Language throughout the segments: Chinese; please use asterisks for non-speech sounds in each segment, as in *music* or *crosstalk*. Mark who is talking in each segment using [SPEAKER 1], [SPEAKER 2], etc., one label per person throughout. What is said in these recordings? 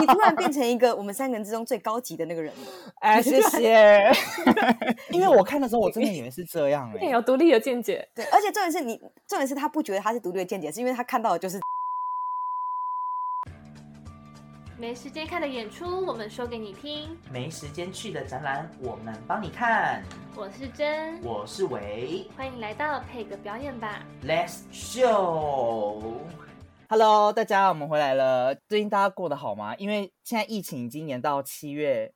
[SPEAKER 1] 你突然变成一个我们三个人之中最高级的那个人了。
[SPEAKER 2] *laughs* 哎，谢谢。因为我看的时候，我真的以为是这 *laughs* 样
[SPEAKER 3] 你
[SPEAKER 2] 哎、
[SPEAKER 3] 有独立的见解，
[SPEAKER 1] 对，而且重点是你，重点是他不觉得他是独立的见解，是因为他看到的就是
[SPEAKER 4] 没时间看的演出，我们说给你听。
[SPEAKER 5] 没时间去的展览，我们帮你看。
[SPEAKER 4] 我是真，
[SPEAKER 5] 我是维
[SPEAKER 4] 欢迎来到配个表演吧。
[SPEAKER 5] ，Let's show。
[SPEAKER 2] Hello，大家，我们回来了。最近大家过得好吗？因为现在疫情已经延到七月，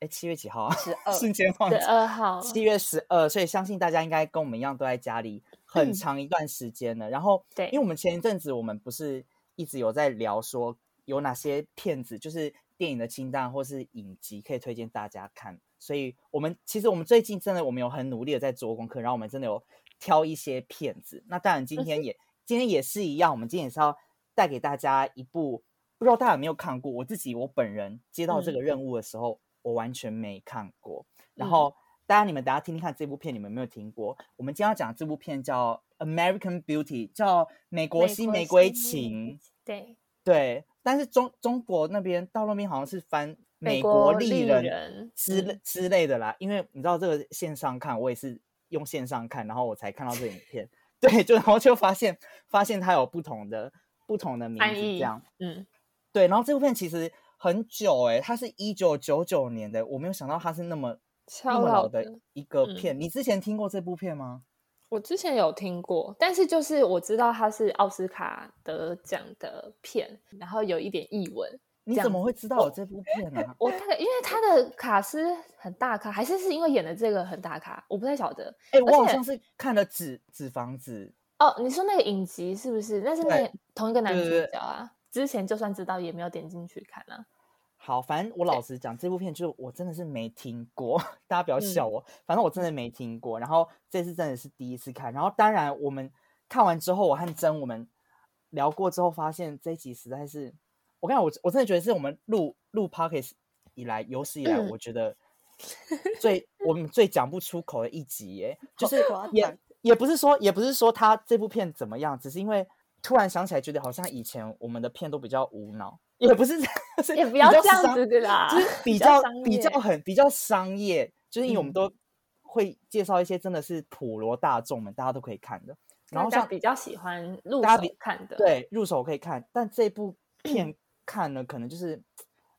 [SPEAKER 2] 哎，七月几号啊？
[SPEAKER 1] 十二
[SPEAKER 2] 瞬间忘
[SPEAKER 3] 对
[SPEAKER 2] 记，
[SPEAKER 3] 二号，
[SPEAKER 2] 七月十二，所以相信大家应该跟我们一样都在家里很长一段时间了。然后，
[SPEAKER 3] 嗯对
[SPEAKER 2] 因为我们前一阵子我们不是一直有在聊说有哪些片子，就是电影的清单或是影集可以推荐大家看。所以我们其实我们最近真的我们有很努力的在做功课，然后我们真的有挑一些片子。那当然
[SPEAKER 3] 嗯
[SPEAKER 2] 今天也今天也是一样，我们今天也是要带给大家一部，不知道大家有没有看过？我自己我本人接到这
[SPEAKER 3] 嗯
[SPEAKER 2] 个任务的时候，我完全没看过。然
[SPEAKER 3] 嗯
[SPEAKER 2] 后大家你们等下听听看这部片，你们有没有听过？我们今天要讲这部片叫《American Beauty》，叫《美国新玫瑰情》。，
[SPEAKER 3] 对，
[SPEAKER 2] 对，但是中中国那边到那边好像是翻《美
[SPEAKER 3] 国
[SPEAKER 2] 丽
[SPEAKER 3] 丽
[SPEAKER 2] 人》
[SPEAKER 3] 人
[SPEAKER 2] 之
[SPEAKER 3] 嗯
[SPEAKER 2] 类之类的啦。因为你知道这个线上看，我也是用线上看，然后我才看到这影片。 *laughs* 对，就然后就发现发现它有不同的不同的名
[SPEAKER 3] 翻
[SPEAKER 2] 字这
[SPEAKER 3] 译
[SPEAKER 2] 样。
[SPEAKER 3] 嗯，
[SPEAKER 2] 对，然后这部片其实很久哎、它是一九九九年的，我没有想到它是那么那
[SPEAKER 3] 超
[SPEAKER 2] 么
[SPEAKER 3] 老
[SPEAKER 2] 老
[SPEAKER 3] 的
[SPEAKER 2] 的。一个
[SPEAKER 3] 嗯
[SPEAKER 2] 片。你之前听过这部片吗？
[SPEAKER 3] 我之前有听过，但是就是我知道它是奥斯卡得奖的片，然后有一点译文。
[SPEAKER 2] 你
[SPEAKER 3] 这
[SPEAKER 2] 怎
[SPEAKER 3] 样哦
[SPEAKER 2] 么会知道有这部片啊呢、
[SPEAKER 3] 我大概因为它的卡司很大咖，还是是因为演的这个很大咖，我不太晓得。
[SPEAKER 2] 哎、我好
[SPEAKER 3] 而且
[SPEAKER 2] 像是看了纸《纸房子
[SPEAKER 3] 哦，你说那个影集是不是？那是
[SPEAKER 2] 对
[SPEAKER 3] 那同一个男
[SPEAKER 2] 对
[SPEAKER 3] 主
[SPEAKER 2] 对对
[SPEAKER 3] 角啊。之前就算知道，也没有点进去看啊。》。
[SPEAKER 2] 好，反正我老实讲，这部片就是我真的是没听过， *laughs* 大家不要笑
[SPEAKER 3] 嗯
[SPEAKER 2] 我。反正我真的没听过，然后这次真的是第一次看。然后当然我们看完之后，我和真我们聊过之后，发现这一集实在是，我跟你讲，我我真的觉得是我们录录 p o c k e t 以来有史以来，
[SPEAKER 3] 嗯
[SPEAKER 2] 我觉得最、我们最讲不出口的一集耶，就
[SPEAKER 1] 好
[SPEAKER 2] 是
[SPEAKER 1] 夸张
[SPEAKER 2] 也也不是说也不是说他这部片怎么样，只是因为突然想起来，觉得好像以前我们的片都比较无脑，也不是这样， *laughs* 是
[SPEAKER 3] 也不
[SPEAKER 2] 比
[SPEAKER 3] 要
[SPEAKER 2] 较
[SPEAKER 3] 这样
[SPEAKER 2] 商
[SPEAKER 3] 子的啦
[SPEAKER 2] 就是
[SPEAKER 3] 比
[SPEAKER 2] 比
[SPEAKER 3] 较
[SPEAKER 2] 较
[SPEAKER 3] 商
[SPEAKER 2] 比较
[SPEAKER 3] 业
[SPEAKER 2] 很比较商业，就是因为我们
[SPEAKER 3] 嗯
[SPEAKER 2] 都会介绍一些真的是普罗大众们大家都可以看的，然后
[SPEAKER 3] 大家
[SPEAKER 2] 像
[SPEAKER 3] 比较喜欢入
[SPEAKER 2] 大家
[SPEAKER 3] 手
[SPEAKER 2] 比
[SPEAKER 3] 看嗯的，，
[SPEAKER 2] 对入手可以看，但这部片看了可能就是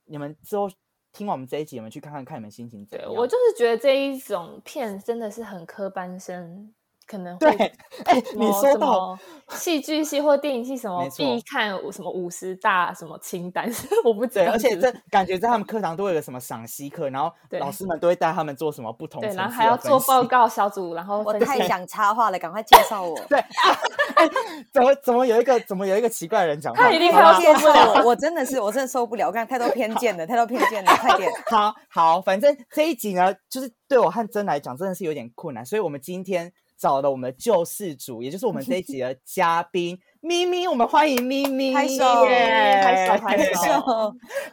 [SPEAKER 2] 你们之后听完我们这一集，你们去看看看你们心情怎
[SPEAKER 3] 对
[SPEAKER 2] 样。
[SPEAKER 3] 我就是觉得这一种片真的是很科班生，可能
[SPEAKER 2] 对
[SPEAKER 3] 会，
[SPEAKER 2] 哎、
[SPEAKER 3] 什
[SPEAKER 2] 你
[SPEAKER 3] 么
[SPEAKER 2] 说
[SPEAKER 3] 什
[SPEAKER 2] 到
[SPEAKER 3] 么戏剧系或电影系什么
[SPEAKER 2] 没错
[SPEAKER 3] 必看五什么五十大什么清单，我不知
[SPEAKER 2] 对，
[SPEAKER 3] 道
[SPEAKER 2] 而
[SPEAKER 3] 是
[SPEAKER 2] 且
[SPEAKER 3] 不
[SPEAKER 2] 这
[SPEAKER 3] 是
[SPEAKER 2] 感觉在他们课堂都会有什么赏析课，然后
[SPEAKER 3] 对
[SPEAKER 2] 老师们都会带他们做什么不同
[SPEAKER 3] 对，
[SPEAKER 2] 层
[SPEAKER 3] 然后
[SPEAKER 2] 次
[SPEAKER 3] 还
[SPEAKER 2] 的
[SPEAKER 3] 要
[SPEAKER 2] 分
[SPEAKER 3] 做报
[SPEAKER 2] 析。
[SPEAKER 3] 告小组，然后
[SPEAKER 1] 我
[SPEAKER 3] 分
[SPEAKER 1] 太
[SPEAKER 3] 析
[SPEAKER 1] 想插话了，赶快介绍
[SPEAKER 3] *laughs*
[SPEAKER 1] 我，
[SPEAKER 2] 对，哎 *laughs* 怎么怎么有一个怎么有一个奇怪的人讲话？
[SPEAKER 3] 他一定
[SPEAKER 2] 好
[SPEAKER 3] 会
[SPEAKER 2] 吧
[SPEAKER 3] 要
[SPEAKER 1] 介
[SPEAKER 3] 受不
[SPEAKER 1] 绍
[SPEAKER 3] 了
[SPEAKER 1] 我，我真的是我真的受不了，我看太多偏见了，太多偏见了，快点。
[SPEAKER 2] 好好，反正这一集呢，就是对我和真来讲真的是有点困难，所以我们今天找了我们的救世主，也就是我们这一集的嘉宾咪咪，我们欢迎咪咪，
[SPEAKER 1] 拍手
[SPEAKER 2] 耶
[SPEAKER 3] 拍手拍手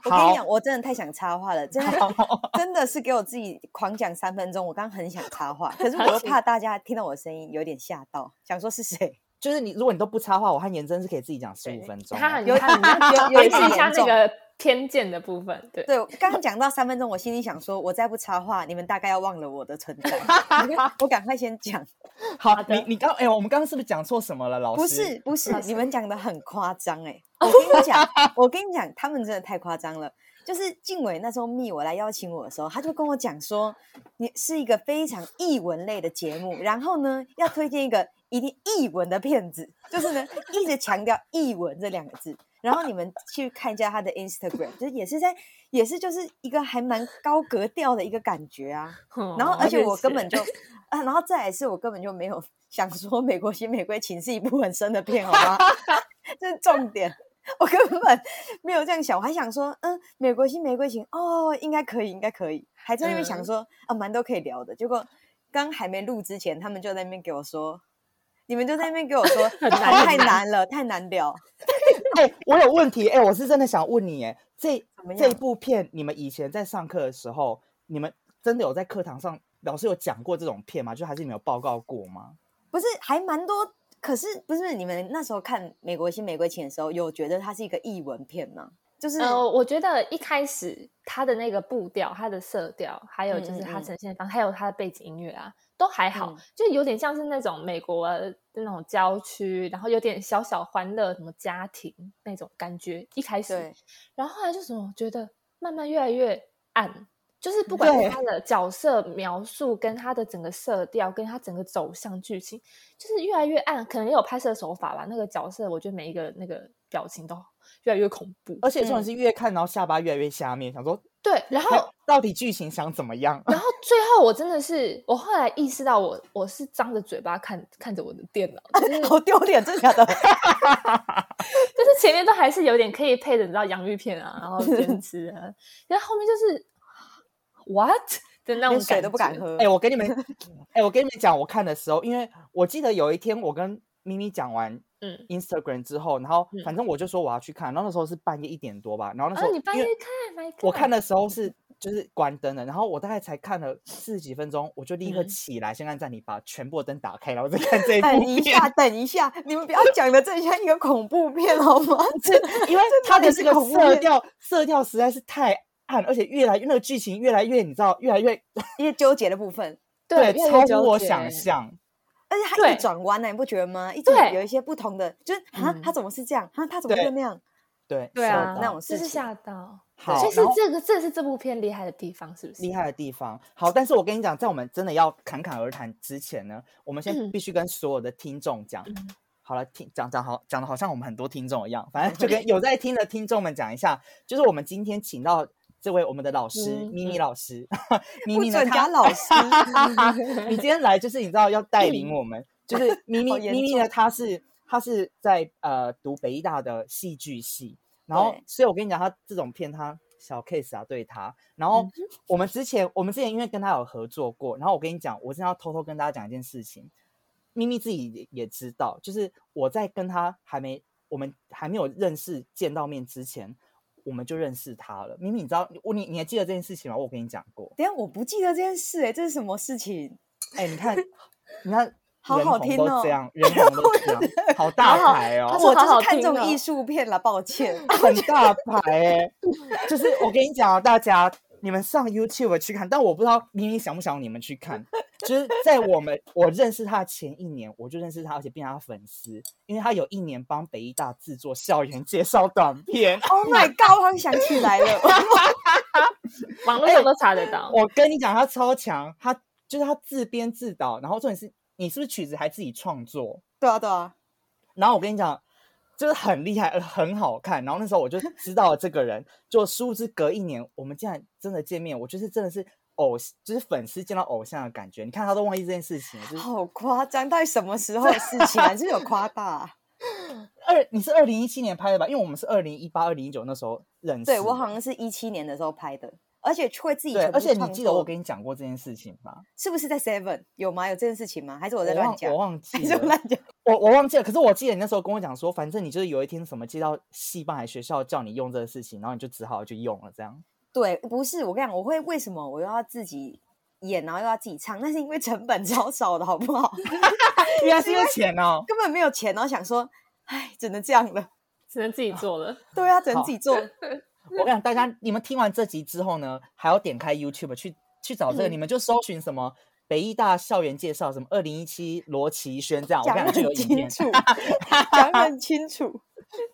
[SPEAKER 1] 我跟你讲，我真的太想插话了，真的真的是给我自己狂讲三分钟。我刚刚很想插话，可是我又怕大家听到我的声音有点吓到，想说是谁？
[SPEAKER 2] 就是你，如果你都不插话，我和颜真是可以自己讲十五分钟的。
[SPEAKER 3] 他很
[SPEAKER 1] 有
[SPEAKER 3] 他
[SPEAKER 1] *laughs*
[SPEAKER 3] 很
[SPEAKER 1] 有有
[SPEAKER 3] 解
[SPEAKER 1] 一
[SPEAKER 3] 释
[SPEAKER 1] 点
[SPEAKER 3] 一下
[SPEAKER 1] 严
[SPEAKER 3] 那
[SPEAKER 1] 重
[SPEAKER 3] 个偏见的部分，对，
[SPEAKER 1] 对，刚刚讲到三分钟，我心里想说，我再不插话，你们大概要忘了我的存在。我赶快先讲，
[SPEAKER 2] 好
[SPEAKER 3] 好，的
[SPEAKER 2] 你你刚哎、我们刚刚是不是讲错什么了，老师？
[SPEAKER 1] 不是不是
[SPEAKER 3] 老，师
[SPEAKER 1] 你们讲的很夸张哎！我跟你讲，我跟你讲，他们真的太夸张了。就是静伟那时候密我来邀请我的时候，他就跟我讲说，你是一个非常译文类的节目，然后呢，要推荐一个一定译文的片子，就是呢一直强调译文这两个字。然后你们去看一下他的 Instagram，就是也是在也是就是一个还蛮高格调的一个感觉啊。
[SPEAKER 3] 哦
[SPEAKER 1] 然
[SPEAKER 3] 嗯
[SPEAKER 1] 后，而且我根
[SPEAKER 3] *laughs*
[SPEAKER 1] 本就，啊，然后再来是我根本就没有想说《美国新玫瑰情》是一部很深的片，好吗？ *laughs* 这是重点，我根本没有这样想，我还想说，嗯，《美国新玫瑰情》哦，应该可以，应该可以，还在那边想
[SPEAKER 3] 嗯
[SPEAKER 1] 说、啊，蛮多可以聊的。结果刚还没录之前，他们就在那边给我说。你们就在那边给我说
[SPEAKER 3] 很
[SPEAKER 1] 啊
[SPEAKER 3] 难
[SPEAKER 1] 太
[SPEAKER 3] 很难
[SPEAKER 1] 难了，太难聊。
[SPEAKER 2] 哎、我有问题哎、我是真的想问你哎、这
[SPEAKER 1] 怎么
[SPEAKER 2] 这
[SPEAKER 1] 样
[SPEAKER 2] 部片你们以前在上课的时候，你们真的有在课堂上老师有讲过这种片吗？就还是你们有报告过吗？
[SPEAKER 1] 不是还蛮多，可是不是你们那时候看《美国新玫瑰情》的时候，有觉得它是一个译文片吗？就是、
[SPEAKER 3] 呃，我觉得一开始它的那个步调、它的色调，还有就
[SPEAKER 1] 嗯
[SPEAKER 3] 是
[SPEAKER 1] 嗯
[SPEAKER 3] 它
[SPEAKER 1] 嗯
[SPEAKER 3] 呈现的方，还有它的背景音乐啊，都还好，
[SPEAKER 1] 嗯
[SPEAKER 3] 就有点像是那种美国的那种郊区，然后有点小小欢乐什么家庭那种感觉。一开始
[SPEAKER 1] 对，，
[SPEAKER 3] 然后后来就怎么觉得慢慢越来越暗，就是不管是
[SPEAKER 2] 对
[SPEAKER 3] 他的角色描述，跟他的整个色调，跟他整个走向剧情，就是越来越暗。可能也有拍摄手法吧，那个角色我觉得每一个那个表情都越来越恐怖。
[SPEAKER 2] 而且这种
[SPEAKER 1] 嗯
[SPEAKER 2] 是越看，然后下巴越来越下面，想说
[SPEAKER 3] 对，然
[SPEAKER 2] 还
[SPEAKER 3] 后
[SPEAKER 2] 到底剧情想怎么
[SPEAKER 3] *laughs*
[SPEAKER 2] 样？
[SPEAKER 3] 然后最后我真的是，我后来意识到我我是张着嘴巴看看着我的电脑，就
[SPEAKER 1] *laughs*
[SPEAKER 3] 是
[SPEAKER 1] 好丢脸，真的假的？
[SPEAKER 3] 就是前面都还是有点可以配着，你知道洋芋片啊，
[SPEAKER 1] *laughs*
[SPEAKER 3] 然后煎吃啊，然后后面就是 what 的那
[SPEAKER 1] 连
[SPEAKER 3] 种感
[SPEAKER 1] 水都不敢
[SPEAKER 3] 觉。
[SPEAKER 1] 喝。
[SPEAKER 2] 哎、我跟你们，哎、我跟你们讲，我看的时候，因为我记得有一天我跟咪咪讲完
[SPEAKER 3] 嗯，
[SPEAKER 2] Instagram 之后，然后
[SPEAKER 3] 嗯
[SPEAKER 2] 反正我就说我要去看，然后那时候是半夜一点多吧，然后那
[SPEAKER 3] 啊
[SPEAKER 2] 时候、，
[SPEAKER 3] 你半
[SPEAKER 2] 因
[SPEAKER 3] 夜
[SPEAKER 2] 为
[SPEAKER 3] 看，My God，
[SPEAKER 2] 我看的时候是就是关灯的，然后我大概才看了四十几分钟，我就立刻
[SPEAKER 3] 嗯
[SPEAKER 2] 起来，先按暂停，把全部的灯打开，然后再看这一
[SPEAKER 1] 等
[SPEAKER 2] 部
[SPEAKER 1] 一
[SPEAKER 2] 片，
[SPEAKER 1] 下，等一下，你们不要讲的这像一个恐怖片好吗？
[SPEAKER 2] *laughs* 因为
[SPEAKER 1] 这
[SPEAKER 2] 它
[SPEAKER 1] 哪里
[SPEAKER 2] 的
[SPEAKER 1] 是
[SPEAKER 2] 这个
[SPEAKER 1] 恐怖
[SPEAKER 2] 色
[SPEAKER 1] 片
[SPEAKER 2] 调色调实在是太暗，而且越来越那个剧情越来越你知道越来越
[SPEAKER 1] 一些纠结的部分，
[SPEAKER 3] 对越来越
[SPEAKER 2] 超乎我
[SPEAKER 3] 纠
[SPEAKER 2] 想
[SPEAKER 3] 结
[SPEAKER 2] 象。
[SPEAKER 1] 而且它
[SPEAKER 3] 对
[SPEAKER 1] 一直转弯呢，你不觉得吗？一直
[SPEAKER 3] 对
[SPEAKER 1] 有一些不同的，就是啊
[SPEAKER 3] 嗯，
[SPEAKER 1] 他怎么是这样？啊，他怎么
[SPEAKER 2] 对
[SPEAKER 1] 会那样？
[SPEAKER 2] 对
[SPEAKER 3] 对
[SPEAKER 2] 受
[SPEAKER 3] 啊
[SPEAKER 2] 到
[SPEAKER 1] 那种
[SPEAKER 3] 就
[SPEAKER 1] 事
[SPEAKER 3] 是
[SPEAKER 1] 情
[SPEAKER 3] 吓到。
[SPEAKER 2] 好
[SPEAKER 3] 所以是
[SPEAKER 2] 然后
[SPEAKER 3] 这个，这是这部片厉害的地方，是不是？
[SPEAKER 2] 厉害的地方。好，但是我跟你讲，在我们真的要侃侃而谈之前呢，我们先
[SPEAKER 3] 嗯
[SPEAKER 2] 必须跟所有的听众讲。
[SPEAKER 3] 嗯
[SPEAKER 2] 好了，听讲讲好讲的好像我们很多听众一样，
[SPEAKER 3] *laughs*
[SPEAKER 2] 反正就跟有在听的听众们讲一下，就是我们今天请到这位我们的老师
[SPEAKER 3] 嗯
[SPEAKER 2] 咪咪老师，咪
[SPEAKER 1] 不
[SPEAKER 2] 咪呢
[SPEAKER 1] 准
[SPEAKER 2] 他
[SPEAKER 1] 讲老师，
[SPEAKER 2] *laughs* 你今天来就是你知道要带领我们，就是咪
[SPEAKER 1] 嗯
[SPEAKER 2] 咪
[SPEAKER 1] *laughs* 好严
[SPEAKER 2] 咪咪呢，她是她是在呃读北医大的戏剧系，然后
[SPEAKER 1] 对
[SPEAKER 2] 所以我跟你讲，她这种片她小 case 啊，对她，然
[SPEAKER 1] 嗯
[SPEAKER 2] 后我们之前我们之前因为跟她有合作过，然后我跟你讲，我真的要偷偷跟大家讲一件事情，咪咪自己也也知道，就是我在跟她还没我们还没有认识见到面之前。我们就认识她了，咪咪，你知道我你你还记得这件事情吗？我有跟你讲过，
[SPEAKER 1] 等一下我不记得这件事，哎，这是什么事情？
[SPEAKER 2] 哎、你看，你看，
[SPEAKER 1] *laughs* 好
[SPEAKER 2] 人
[SPEAKER 1] 好
[SPEAKER 2] 红
[SPEAKER 1] 听
[SPEAKER 2] 都
[SPEAKER 1] 哦
[SPEAKER 2] 这样，人红都这
[SPEAKER 1] *laughs*
[SPEAKER 2] 样，好大
[SPEAKER 3] 好好
[SPEAKER 2] 牌
[SPEAKER 3] 他
[SPEAKER 2] 哦，
[SPEAKER 3] 说
[SPEAKER 1] 我
[SPEAKER 3] 好好
[SPEAKER 1] 就是看中
[SPEAKER 3] 听哦
[SPEAKER 1] 艺术片了，抱歉。
[SPEAKER 2] *laughs* 很大牌哎、就是我跟你讲啊，大家你们上 YouTube 去看，但我不知道明明想不想你们去看，就是在我们我认识他的前一年，我就认识他，而且变成他粉丝，因为他有一年帮北医大制作校园介绍短片。
[SPEAKER 1] Oh my god！我好像想起来了， *laughs*
[SPEAKER 3] 网络上都查得到。
[SPEAKER 2] 我跟你讲，他超强，他就是他自编自导，然后重点是你是不是曲子还自己创作？
[SPEAKER 1] 对啊对啊，
[SPEAKER 2] 然后我跟你讲，就是很厉害，呃很好看。然后那时候我就知道了这个人，就殊不知隔一年我们竟然真的见面，我就是真的是偶，就是粉丝见到偶像的感觉。你看他都忘记这件事情了，就是
[SPEAKER 1] 好夸张，到底什么时候的事情啊？你是 *laughs* 不是有夸大啊？
[SPEAKER 2] 二你是二零一七年拍的吧？因为我们是二零一八、二零一九那时候认识的。
[SPEAKER 1] 对我好像是一七年的时候拍的，而且会自己
[SPEAKER 2] 对，
[SPEAKER 1] 全部
[SPEAKER 2] 而且你
[SPEAKER 1] 创
[SPEAKER 2] 记得我
[SPEAKER 1] 作
[SPEAKER 2] 跟你讲过这件事情吧？
[SPEAKER 1] 是不是在 Seven 有吗？有这件事情吗？还是我
[SPEAKER 2] 我
[SPEAKER 1] 在乱
[SPEAKER 2] 忘
[SPEAKER 1] 讲
[SPEAKER 2] 我？忘记
[SPEAKER 1] *laughs* 还是
[SPEAKER 2] 了
[SPEAKER 1] 我，乱讲？
[SPEAKER 2] 我我忘记了。可是我记得你那时候跟我讲说，反正你就是有一天什么接到戏班还是学校叫你用这个事情，然后你就只好去用了
[SPEAKER 1] *laughs*
[SPEAKER 2] 这样。
[SPEAKER 1] 对，不是我跟你讲，我会为什么我又要自己演，然后又要自己唱？那是因为成本超少的，好不好？ *laughs*
[SPEAKER 2] 原来是因为钱哦。
[SPEAKER 1] 根本没有钱，然后想说，哎，只能这样了。
[SPEAKER 3] 只能自己做了。
[SPEAKER 1] 对啊，只能
[SPEAKER 2] 好
[SPEAKER 1] 自己做。
[SPEAKER 2] 我跟你讲，大家你们听完这集之后呢，还要点开 YouTube 去去找这个，
[SPEAKER 3] 嗯
[SPEAKER 2] 你们就搜寻什么北医大校园介绍，什么二零一七罗奇轩这样，我
[SPEAKER 1] 讲
[SPEAKER 2] 跟你
[SPEAKER 1] 得
[SPEAKER 2] 讲就有
[SPEAKER 1] 很
[SPEAKER 2] 影片
[SPEAKER 1] 清，楚，讲得很清
[SPEAKER 2] *laughs*
[SPEAKER 1] 楚。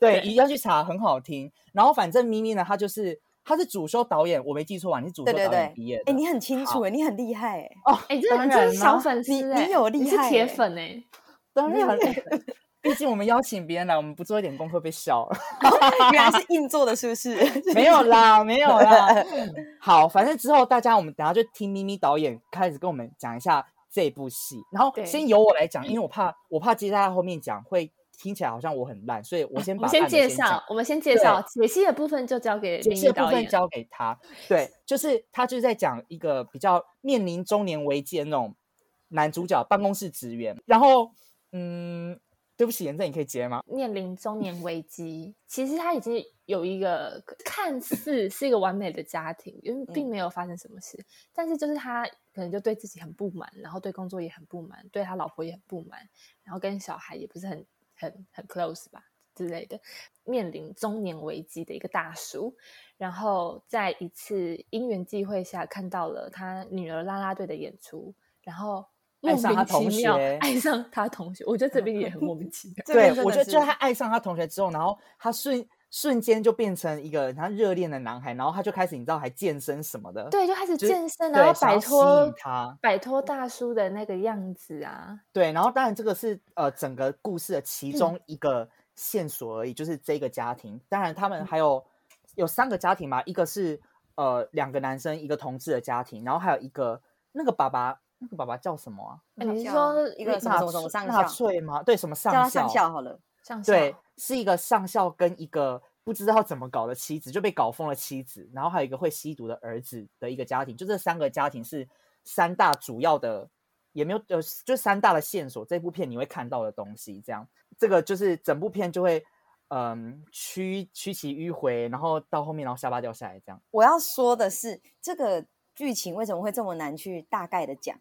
[SPEAKER 2] 对，一定要去查，很好听。然后反正咪咪呢，她就是她是主修导演，我没记错吧？你是主修
[SPEAKER 1] 对对
[SPEAKER 2] 导
[SPEAKER 1] 对
[SPEAKER 2] 演毕业，的，
[SPEAKER 1] 哎，你很清楚，
[SPEAKER 2] 好
[SPEAKER 1] 哎，你很厉害，
[SPEAKER 2] *laughs*
[SPEAKER 1] 哎，
[SPEAKER 2] 哦，
[SPEAKER 3] 哎、真的
[SPEAKER 2] 当
[SPEAKER 3] 你真的
[SPEAKER 2] 然
[SPEAKER 3] 是小
[SPEAKER 2] 啦
[SPEAKER 3] 粉
[SPEAKER 1] 你
[SPEAKER 3] 丝
[SPEAKER 1] 你
[SPEAKER 3] 哎、
[SPEAKER 1] 有
[SPEAKER 3] 你
[SPEAKER 1] 厉
[SPEAKER 3] 是
[SPEAKER 1] 害
[SPEAKER 3] 铁
[SPEAKER 1] 哎
[SPEAKER 3] 粉哎、
[SPEAKER 2] 当
[SPEAKER 1] 你
[SPEAKER 2] 然，啊 *laughs* 毕竟我们邀请别人来，我们不做一点功课被笑。
[SPEAKER 1] 原来是硬做的，是不是？ *laughs*。
[SPEAKER 2] *laughs* 没有啦，没有
[SPEAKER 3] *laughs*
[SPEAKER 2] 啦。好，反正之后大家我们等下就听咪咪导演开始跟我们讲一下这部戏，然后
[SPEAKER 3] 对
[SPEAKER 2] 先由我来讲，因为我怕 *coughs* 我怕接在后面讲会听起来好像我很烂，所以我先
[SPEAKER 3] 嗯我
[SPEAKER 2] 把
[SPEAKER 3] 们
[SPEAKER 2] 烂
[SPEAKER 3] 先
[SPEAKER 2] 的
[SPEAKER 3] 介
[SPEAKER 2] 讲
[SPEAKER 3] 绍，我们先介绍解析的部分就交给
[SPEAKER 2] 解
[SPEAKER 3] 林
[SPEAKER 2] 析
[SPEAKER 3] 毅
[SPEAKER 2] 的部
[SPEAKER 3] 导
[SPEAKER 2] 分
[SPEAKER 3] 演。
[SPEAKER 2] 交给他。对，就是他就是在讲一个比较面临中年危机的那种男主角办公室职员，然后嗯，对不起，严正，你可以接吗？
[SPEAKER 3] 面临中年危机，其实他已经有一个看似是一个完美的家庭，因为
[SPEAKER 2] 嗯
[SPEAKER 3] 并没有发生什么事，但是就是他可能就对自己很不满，然后对工作也很不满，对他老婆也很不满，然后跟小孩也不是很很很 close 吧，之类的，面临中年危机的一个大叔，然后在一次因缘际会下看到了他女儿啦啦队的演出，然后
[SPEAKER 2] 爱
[SPEAKER 3] 莫
[SPEAKER 2] 上他
[SPEAKER 3] 名
[SPEAKER 2] 同
[SPEAKER 3] 其妙
[SPEAKER 2] 学
[SPEAKER 3] 爱上他同学，我觉得这边也很莫名其妙
[SPEAKER 1] 这边真
[SPEAKER 2] 我
[SPEAKER 1] 的
[SPEAKER 2] 觉得就是
[SPEAKER 1] 是
[SPEAKER 2] 他爱上他同学之后，然后他瞬瞬间就变成一个他热恋的男孩，然后他就开始你知道还健身什么的，
[SPEAKER 3] 对，就开始
[SPEAKER 2] 就是
[SPEAKER 3] 健身，
[SPEAKER 2] 对
[SPEAKER 3] 然后
[SPEAKER 2] 想要
[SPEAKER 3] 摆
[SPEAKER 2] 吸
[SPEAKER 3] 脱
[SPEAKER 2] 引他，
[SPEAKER 3] 摆脱大叔的那个样子啊，
[SPEAKER 2] 对，然后当然这个是呃整个故事的其
[SPEAKER 1] 嗯
[SPEAKER 2] 中一个线索而已，就是这个家庭。当然他
[SPEAKER 1] 嗯
[SPEAKER 2] 们还有有三个家庭嘛，一个是呃两个男生一个同志的家庭，然后还有一个那个爸爸那个爸爸叫什么啊？
[SPEAKER 3] 哎你是
[SPEAKER 1] 叫
[SPEAKER 3] 说
[SPEAKER 1] 一呃个什么什
[SPEAKER 2] 纳
[SPEAKER 1] 么什么上
[SPEAKER 2] 纳
[SPEAKER 1] 校，
[SPEAKER 2] 粹吗？对，什么上
[SPEAKER 1] 叫
[SPEAKER 2] 校？
[SPEAKER 1] 他上校好了。
[SPEAKER 3] 上校
[SPEAKER 2] 对，是一个上校跟一个不知道怎么搞的妻子，就被搞疯了妻子，然后还有一个会吸毒的儿子的一个家庭，就这三个家庭是三大主要的，也没有呃，就三大的线索。这部片你会看到的东西，这样，这个就是整部片就会嗯曲曲其迂回，然后到后面然后下巴掉下来这样。
[SPEAKER 1] 我要说的是，这个剧情为什么会这么难去大概的讲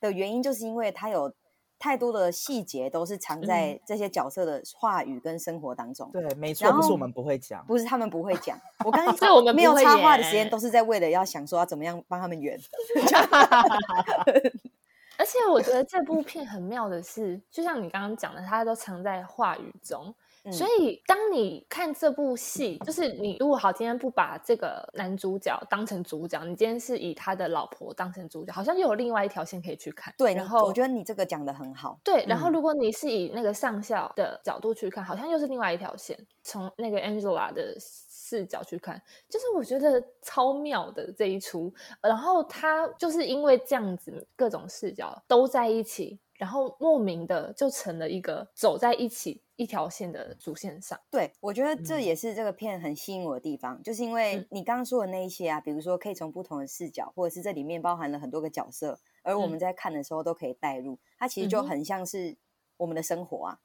[SPEAKER 1] 的原因，就是因为它有太多的细节都是藏
[SPEAKER 3] 嗯
[SPEAKER 1] 在这些角色的话语跟生活当中。
[SPEAKER 2] 对，没错，
[SPEAKER 1] 然
[SPEAKER 2] 不是我
[SPEAKER 1] 后
[SPEAKER 2] 们不会讲，
[SPEAKER 1] 不是他们不会讲，我刚
[SPEAKER 3] *laughs*
[SPEAKER 1] 刚
[SPEAKER 3] 所以我们
[SPEAKER 1] 没
[SPEAKER 3] 不
[SPEAKER 1] 有
[SPEAKER 3] 会
[SPEAKER 1] 插话的时间
[SPEAKER 3] 演
[SPEAKER 1] 都是在为了要想说要怎么样帮他们圆。
[SPEAKER 3] 而且我觉得这
[SPEAKER 2] *laughs*
[SPEAKER 3] 部片很妙的是，就像你刚刚讲的，它都藏在话语中。所
[SPEAKER 1] 嗯
[SPEAKER 3] 以，当你看这部戏，就是你如果好今天不把这个男主角当成主角，你今天是以他的老婆当成主角，好像又有另外一条线可以去看。
[SPEAKER 1] 对，
[SPEAKER 3] 然
[SPEAKER 1] 然
[SPEAKER 3] 后
[SPEAKER 1] 后我觉得你这个讲的很好，
[SPEAKER 3] 对，然后
[SPEAKER 2] 嗯
[SPEAKER 3] 如果你是以那个上校的角度去看，好像又是另外一条线，从那个 Angela 的视角去看，就是我觉得超妙的这一出。呃然后他就是因为这样子各种视角都在一起，然后莫名的就成了一个走在一起一条线的主线上。
[SPEAKER 1] 对，我觉得这
[SPEAKER 2] 嗯
[SPEAKER 1] 也是这个片很吸引我的地方，就是因为
[SPEAKER 3] 嗯
[SPEAKER 1] 你刚刚说的那一些啊，比如说可以从不同的视角，或者是这里面包含了很多个角色，而我们
[SPEAKER 3] 嗯
[SPEAKER 1] 在看的时候都可以带入，它其实就
[SPEAKER 3] 嗯哼
[SPEAKER 1] 很像是我们的生活啊，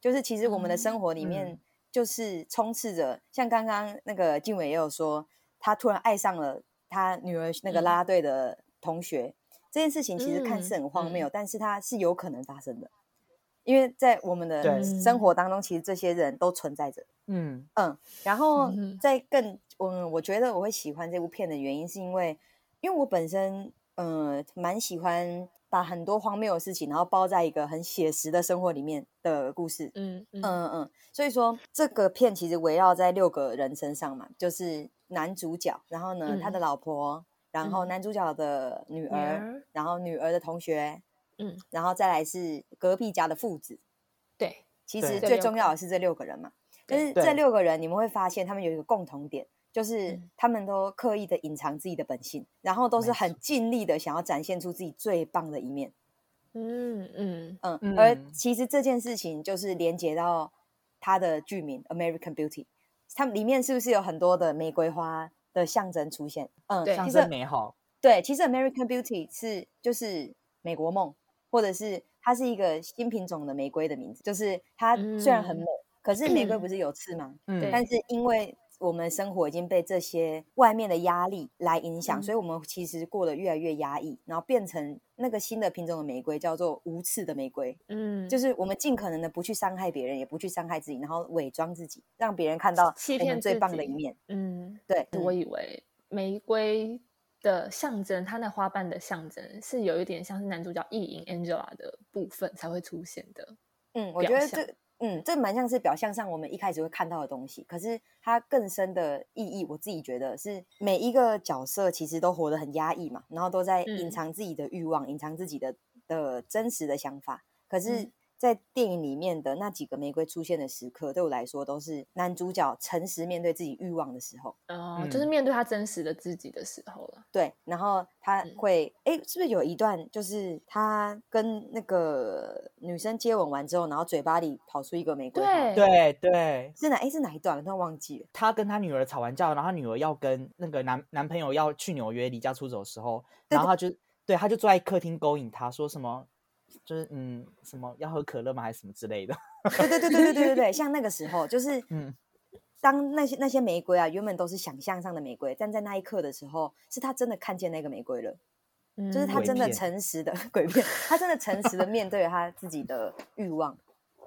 [SPEAKER 1] 就是其实我们的
[SPEAKER 3] 哦
[SPEAKER 1] 生活里面
[SPEAKER 2] 嗯
[SPEAKER 1] 就是充斥着，像刚刚那个静伟也有说，他突然爱上了他女儿那个
[SPEAKER 3] 嗯
[SPEAKER 1] 啦啦队的同学，这件事情其实看似
[SPEAKER 3] 嗯
[SPEAKER 1] 很荒
[SPEAKER 3] 嗯
[SPEAKER 1] 谬，但是它是有可能发生的。因为在我们的
[SPEAKER 2] 对
[SPEAKER 3] 嗯
[SPEAKER 1] 生活当中，其实这些人都存在着。
[SPEAKER 2] 嗯，
[SPEAKER 1] 然后
[SPEAKER 3] 嗯哼
[SPEAKER 1] 再更，嗯，我觉得我会喜欢这部片的原因，是因为因为我本身，呃，蛮喜欢把很多荒谬的事情，然后包在一个很写实的生活里面的故事。
[SPEAKER 3] 嗯嗯
[SPEAKER 1] 嗯嗯，所以说这个片其实围绕在六个人身上嘛，就是男主角，然后呢，他的
[SPEAKER 3] 嗯
[SPEAKER 1] 老婆，然后
[SPEAKER 3] 嗯
[SPEAKER 1] 男主角的女
[SPEAKER 3] 女
[SPEAKER 1] 儿，
[SPEAKER 3] 儿
[SPEAKER 1] 然后女儿的同学，
[SPEAKER 3] 嗯，
[SPEAKER 1] 然后再来是隔壁家的父子。
[SPEAKER 3] 对，
[SPEAKER 1] 其
[SPEAKER 2] 对
[SPEAKER 1] 实
[SPEAKER 2] 这
[SPEAKER 1] 最
[SPEAKER 3] 六
[SPEAKER 1] 重
[SPEAKER 3] 个
[SPEAKER 1] 要的是这六个人嘛，但
[SPEAKER 3] 对
[SPEAKER 1] 是这
[SPEAKER 2] 对
[SPEAKER 1] 六个人你们会发现他们有一个共同点，就是
[SPEAKER 3] 嗯
[SPEAKER 1] 他们都刻意的隐藏自己的本性，然后都是
[SPEAKER 2] 没
[SPEAKER 1] 很尽力的想要展现出自己最棒的一面。
[SPEAKER 3] 嗯嗯
[SPEAKER 1] 嗯，而
[SPEAKER 2] 嗯
[SPEAKER 1] 其实这件事情就是连接到它的剧名《American Beauty》，它里面是不是有很多的玫瑰花的象征出现？嗯，
[SPEAKER 3] 对
[SPEAKER 2] 象
[SPEAKER 1] 其
[SPEAKER 2] 征
[SPEAKER 1] 实
[SPEAKER 2] 美好，
[SPEAKER 1] 对，其实 American Beauty 是就是美国梦，或者是它是一个新品种的玫瑰的名字，就是它虽然很
[SPEAKER 3] 嗯
[SPEAKER 1] 美，可是玫瑰不是有刺
[SPEAKER 3] *clears throat*
[SPEAKER 1] 吗？
[SPEAKER 2] 嗯，
[SPEAKER 3] 对
[SPEAKER 1] 但是因为我们生活已经被这些外面的压力来影响，
[SPEAKER 3] 嗯
[SPEAKER 1] 所以我们其实过得越来越压抑，然后变成那个新的品种的玫瑰叫做无刺的玫瑰，
[SPEAKER 3] 嗯，
[SPEAKER 1] 就是我们尽可能的不去伤害别人，也不去伤害自己，然后伪装自己，让别人看到
[SPEAKER 3] 欺
[SPEAKER 1] 我们
[SPEAKER 3] 骗
[SPEAKER 1] 最
[SPEAKER 3] 自
[SPEAKER 1] 棒的
[SPEAKER 3] 己
[SPEAKER 1] 一面。
[SPEAKER 3] 嗯。
[SPEAKER 1] 对，
[SPEAKER 3] 我以为玫瑰的象征，它那花瓣的象征是有一点像是男主角意淫 Angela 的部分才会出现的。
[SPEAKER 1] 嗯，我
[SPEAKER 3] 表
[SPEAKER 1] 觉得
[SPEAKER 3] 象
[SPEAKER 1] 这嗯，这蛮像是表象上我们一开始会看到的东西，可是它更深的意义，我自己觉得是每一个角色其实都活得很压抑嘛，然后都在隐
[SPEAKER 3] 嗯
[SPEAKER 1] 藏自己的欲望，隐藏自己的的真实的想法。可是
[SPEAKER 3] 嗯，
[SPEAKER 1] 在电影里面的那几个玫瑰出现的时刻，对我来说都是男主角诚实面对自己欲望的时候。
[SPEAKER 3] 哦、就是
[SPEAKER 1] 嗯
[SPEAKER 3] 面对他真实的自己的时候了。
[SPEAKER 1] 对，然后他
[SPEAKER 3] 嗯
[SPEAKER 1] 会，哎、是不是有一段就是他跟那个女生接吻完之后，然后嘴巴里跑出一个玫瑰花？
[SPEAKER 3] 对
[SPEAKER 2] 对对，
[SPEAKER 1] 是哪？哎，是哪一段？我突然忘记了。
[SPEAKER 2] 他跟他女儿吵完架，然后他女儿要跟那个男男朋友要去纽约离家出走的时候，
[SPEAKER 1] 对
[SPEAKER 2] 然后他就对他就坐在客厅勾引他说什么，就是嗯什么要喝可乐吗还是什么之类的，
[SPEAKER 1] 对对对对对对对对，像那个时候，就是
[SPEAKER 2] *laughs* 嗯
[SPEAKER 1] 当那些那些玫瑰啊，原本都是想象上的玫瑰，但在那一刻的时候，是他真的看见那个玫瑰了，
[SPEAKER 3] 嗯
[SPEAKER 1] 就是他
[SPEAKER 2] 鬼
[SPEAKER 1] 真的 *laughs*
[SPEAKER 2] 片 *laughs*
[SPEAKER 1] 诚实的鬼片，他真的诚实的面对了他自己的欲望。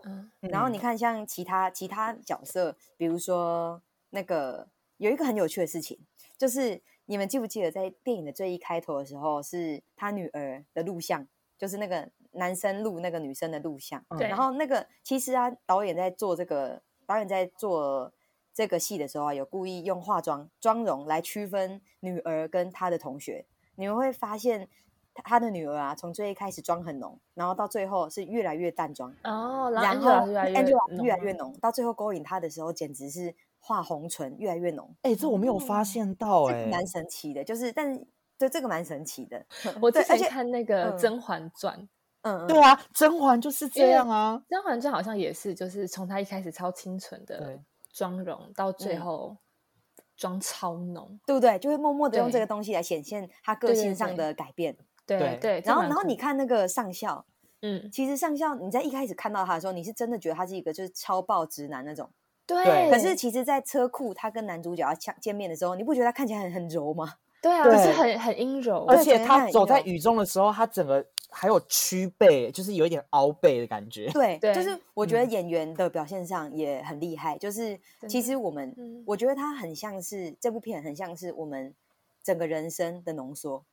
[SPEAKER 3] 嗯
[SPEAKER 1] 然后你看，像其他其他角色，比如说那个有一个很有趣的事情，就是你们记不记得在电影的最一开头的时候，是他女儿的录像，就是那个男生录那个女生的录像。
[SPEAKER 5] 嗯
[SPEAKER 3] 对
[SPEAKER 1] 然后那个其实啊，导演在做这个导演在做这个戏的时候啊，有故意用化妆妆容来区分女儿跟她的同学。你们会发现，她她的女儿啊，从最一开始妆很浓，然后到最后是越来越淡妆。
[SPEAKER 3] 哦，
[SPEAKER 1] 然
[SPEAKER 3] 然
[SPEAKER 1] 后
[SPEAKER 3] 后 Angela 是越来越
[SPEAKER 1] Angela 越来
[SPEAKER 3] 浓
[SPEAKER 1] 越浓，到最后勾引他的时候，简直是画红唇越来越浓，
[SPEAKER 2] 哎、这我没有发现到
[SPEAKER 1] 哦这
[SPEAKER 2] 哎、
[SPEAKER 1] 个蛮神奇的。就是，但是对这个蛮神奇的。
[SPEAKER 3] 我
[SPEAKER 1] 对
[SPEAKER 3] 之
[SPEAKER 1] 而
[SPEAKER 3] 前
[SPEAKER 1] 且
[SPEAKER 3] 看那个
[SPEAKER 1] 嗯
[SPEAKER 3] 《甄嬛传》，
[SPEAKER 1] 嗯，嗯
[SPEAKER 2] 对啊，甄嬛就是
[SPEAKER 3] 因
[SPEAKER 2] 这
[SPEAKER 3] 为
[SPEAKER 2] 样啊。
[SPEAKER 3] 甄嬛传》好像也是，就是从她一开始超清纯的
[SPEAKER 2] 对
[SPEAKER 3] 妆容，到最
[SPEAKER 1] 嗯
[SPEAKER 3] 后妆超浓。
[SPEAKER 1] 对不对？就会默默的用这
[SPEAKER 3] 对
[SPEAKER 1] 个东西来显现他个
[SPEAKER 3] 对对
[SPEAKER 1] 性上
[SPEAKER 3] 对
[SPEAKER 1] 的改变。
[SPEAKER 3] 对
[SPEAKER 2] 对
[SPEAKER 3] 对，这
[SPEAKER 1] 然后，
[SPEAKER 3] 蛮
[SPEAKER 1] 然后
[SPEAKER 3] 酷
[SPEAKER 1] 你看那个上校，
[SPEAKER 3] 嗯，
[SPEAKER 1] 其实上校你在一开始看到他的时候，你是真的觉得他是一个就是超爆直男那种。
[SPEAKER 3] 对，
[SPEAKER 1] 可是其实，在车库他跟男主角要相见面的时候，你不觉得他看起来很很柔吗？ *laughs*
[SPEAKER 3] 对啊，就是
[SPEAKER 2] 对
[SPEAKER 3] 很很阴柔，
[SPEAKER 2] 而
[SPEAKER 1] 对
[SPEAKER 2] 且
[SPEAKER 1] 对那
[SPEAKER 2] 他
[SPEAKER 1] 也
[SPEAKER 2] 走在
[SPEAKER 1] 有
[SPEAKER 2] 雨中的时候，他整个还有曲背，就是有一点凹背的感觉。
[SPEAKER 1] 对，就
[SPEAKER 3] 对
[SPEAKER 1] 是我觉得
[SPEAKER 2] 嗯
[SPEAKER 1] 演员的表现上也很厉害。就是
[SPEAKER 3] 真
[SPEAKER 1] 其
[SPEAKER 3] 的
[SPEAKER 1] 实我们，
[SPEAKER 3] 嗯
[SPEAKER 1] 我觉得它很像是这部片，很像是我们整个人生的浓缩。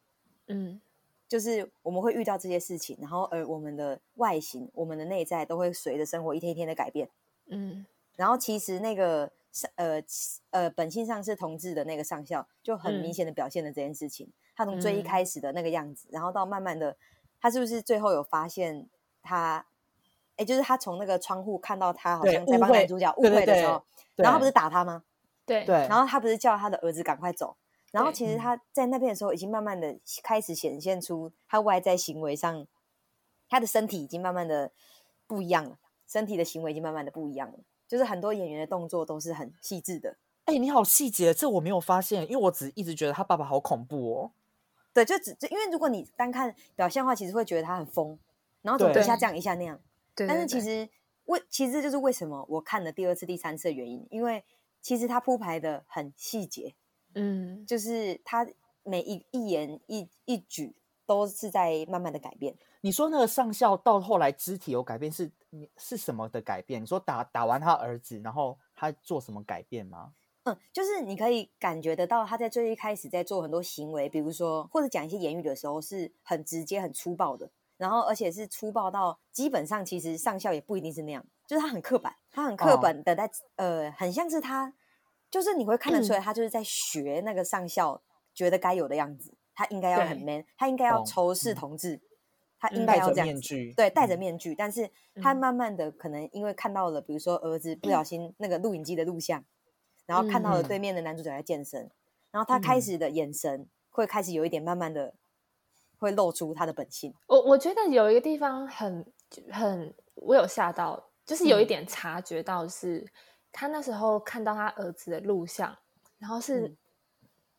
[SPEAKER 3] 嗯，
[SPEAKER 1] 就是我们会遇到这些事情，然后而我们的外形、我们的内在都会随着生活一天一天的改变。
[SPEAKER 3] 嗯，
[SPEAKER 1] 然后其实那个上呃其呃本性上是同志的那个上校，就很明
[SPEAKER 3] 嗯
[SPEAKER 1] 显的表现了这件事情。他从最一
[SPEAKER 3] 嗯
[SPEAKER 1] 开始的那个样子，然后到慢慢的，他是不是最后有发现他？哎，就是他从那个窗户看到他好
[SPEAKER 2] 对
[SPEAKER 1] 像在帮
[SPEAKER 2] 误
[SPEAKER 1] 男
[SPEAKER 2] 会
[SPEAKER 1] 主角误
[SPEAKER 2] 对对
[SPEAKER 1] 会的时
[SPEAKER 2] 对
[SPEAKER 1] 候，然后他不
[SPEAKER 2] 对
[SPEAKER 1] 是打他吗？
[SPEAKER 3] 对
[SPEAKER 2] 对，
[SPEAKER 1] 然后他不是叫他的儿子赶快走？然后
[SPEAKER 3] 哎对
[SPEAKER 1] 其实
[SPEAKER 2] 嗯
[SPEAKER 1] 他在那边的时候，已经慢慢的开始显现出他外在行为上，他的身体已经慢慢的不一样了，身体的行为已经慢慢的不一样了。就是很多演员的动作都是很细致的，
[SPEAKER 2] 哎、你好细节，这我没有发现，因为我只一直觉得他爸爸好恐怖哦。
[SPEAKER 1] 对，就只就因为如果你单看表现的话，其实会觉得他很疯，然后怎么
[SPEAKER 2] 对
[SPEAKER 1] 一下这样一下那样。
[SPEAKER 3] 对
[SPEAKER 1] 但
[SPEAKER 3] 对
[SPEAKER 1] 是其
[SPEAKER 3] 对
[SPEAKER 1] 实为其实这就是为什么我看了第二次、第三次的原因，因为其实他铺排的很细节，
[SPEAKER 3] 嗯，
[SPEAKER 1] 就是他每一一言一一举都是在慢慢的改变。
[SPEAKER 2] 你说那个上校到后来肢体有改变是，你是什么的改变？你说打打完他儿子，然后他做什么改变吗？
[SPEAKER 1] 嗯，就是你可以感觉得到他在最一开始在做很多行为，比如说或者讲一些言语的时候是很直接、很粗暴的，然后而且是粗暴到基本上其实上校也不一定是那样，就是他很刻板，他很刻
[SPEAKER 2] 哦
[SPEAKER 1] 板的在、呃，很像是他，就是你会看得出
[SPEAKER 2] 嗯
[SPEAKER 1] 来他就是在学那个上校觉得该有的样子，他应该要很
[SPEAKER 3] 对
[SPEAKER 1] man，他应该要
[SPEAKER 2] 懂
[SPEAKER 1] 仇视
[SPEAKER 2] 嗯
[SPEAKER 1] 同志，他
[SPEAKER 3] 嗯
[SPEAKER 1] 应该
[SPEAKER 2] 戴
[SPEAKER 1] 要
[SPEAKER 2] 着
[SPEAKER 1] 这样
[SPEAKER 2] 面
[SPEAKER 1] 子
[SPEAKER 2] 具，
[SPEAKER 1] 对，戴着
[SPEAKER 2] 嗯
[SPEAKER 1] 面具，但是他
[SPEAKER 3] 嗯
[SPEAKER 1] 慢慢的可能因为看到了，比如说儿子不小心那个录影机的录像，然后看到了
[SPEAKER 2] 嗯
[SPEAKER 1] 对面的男主角在健身，然后他开
[SPEAKER 2] 嗯
[SPEAKER 1] 始的眼神会开始有一点慢慢的会露出他的本性，
[SPEAKER 3] 我我觉得有一个地方很很，我有吓到，就是有一
[SPEAKER 1] 嗯
[SPEAKER 3] 点察觉到是，他那时候看到他儿子的录像，然后是
[SPEAKER 1] 嗯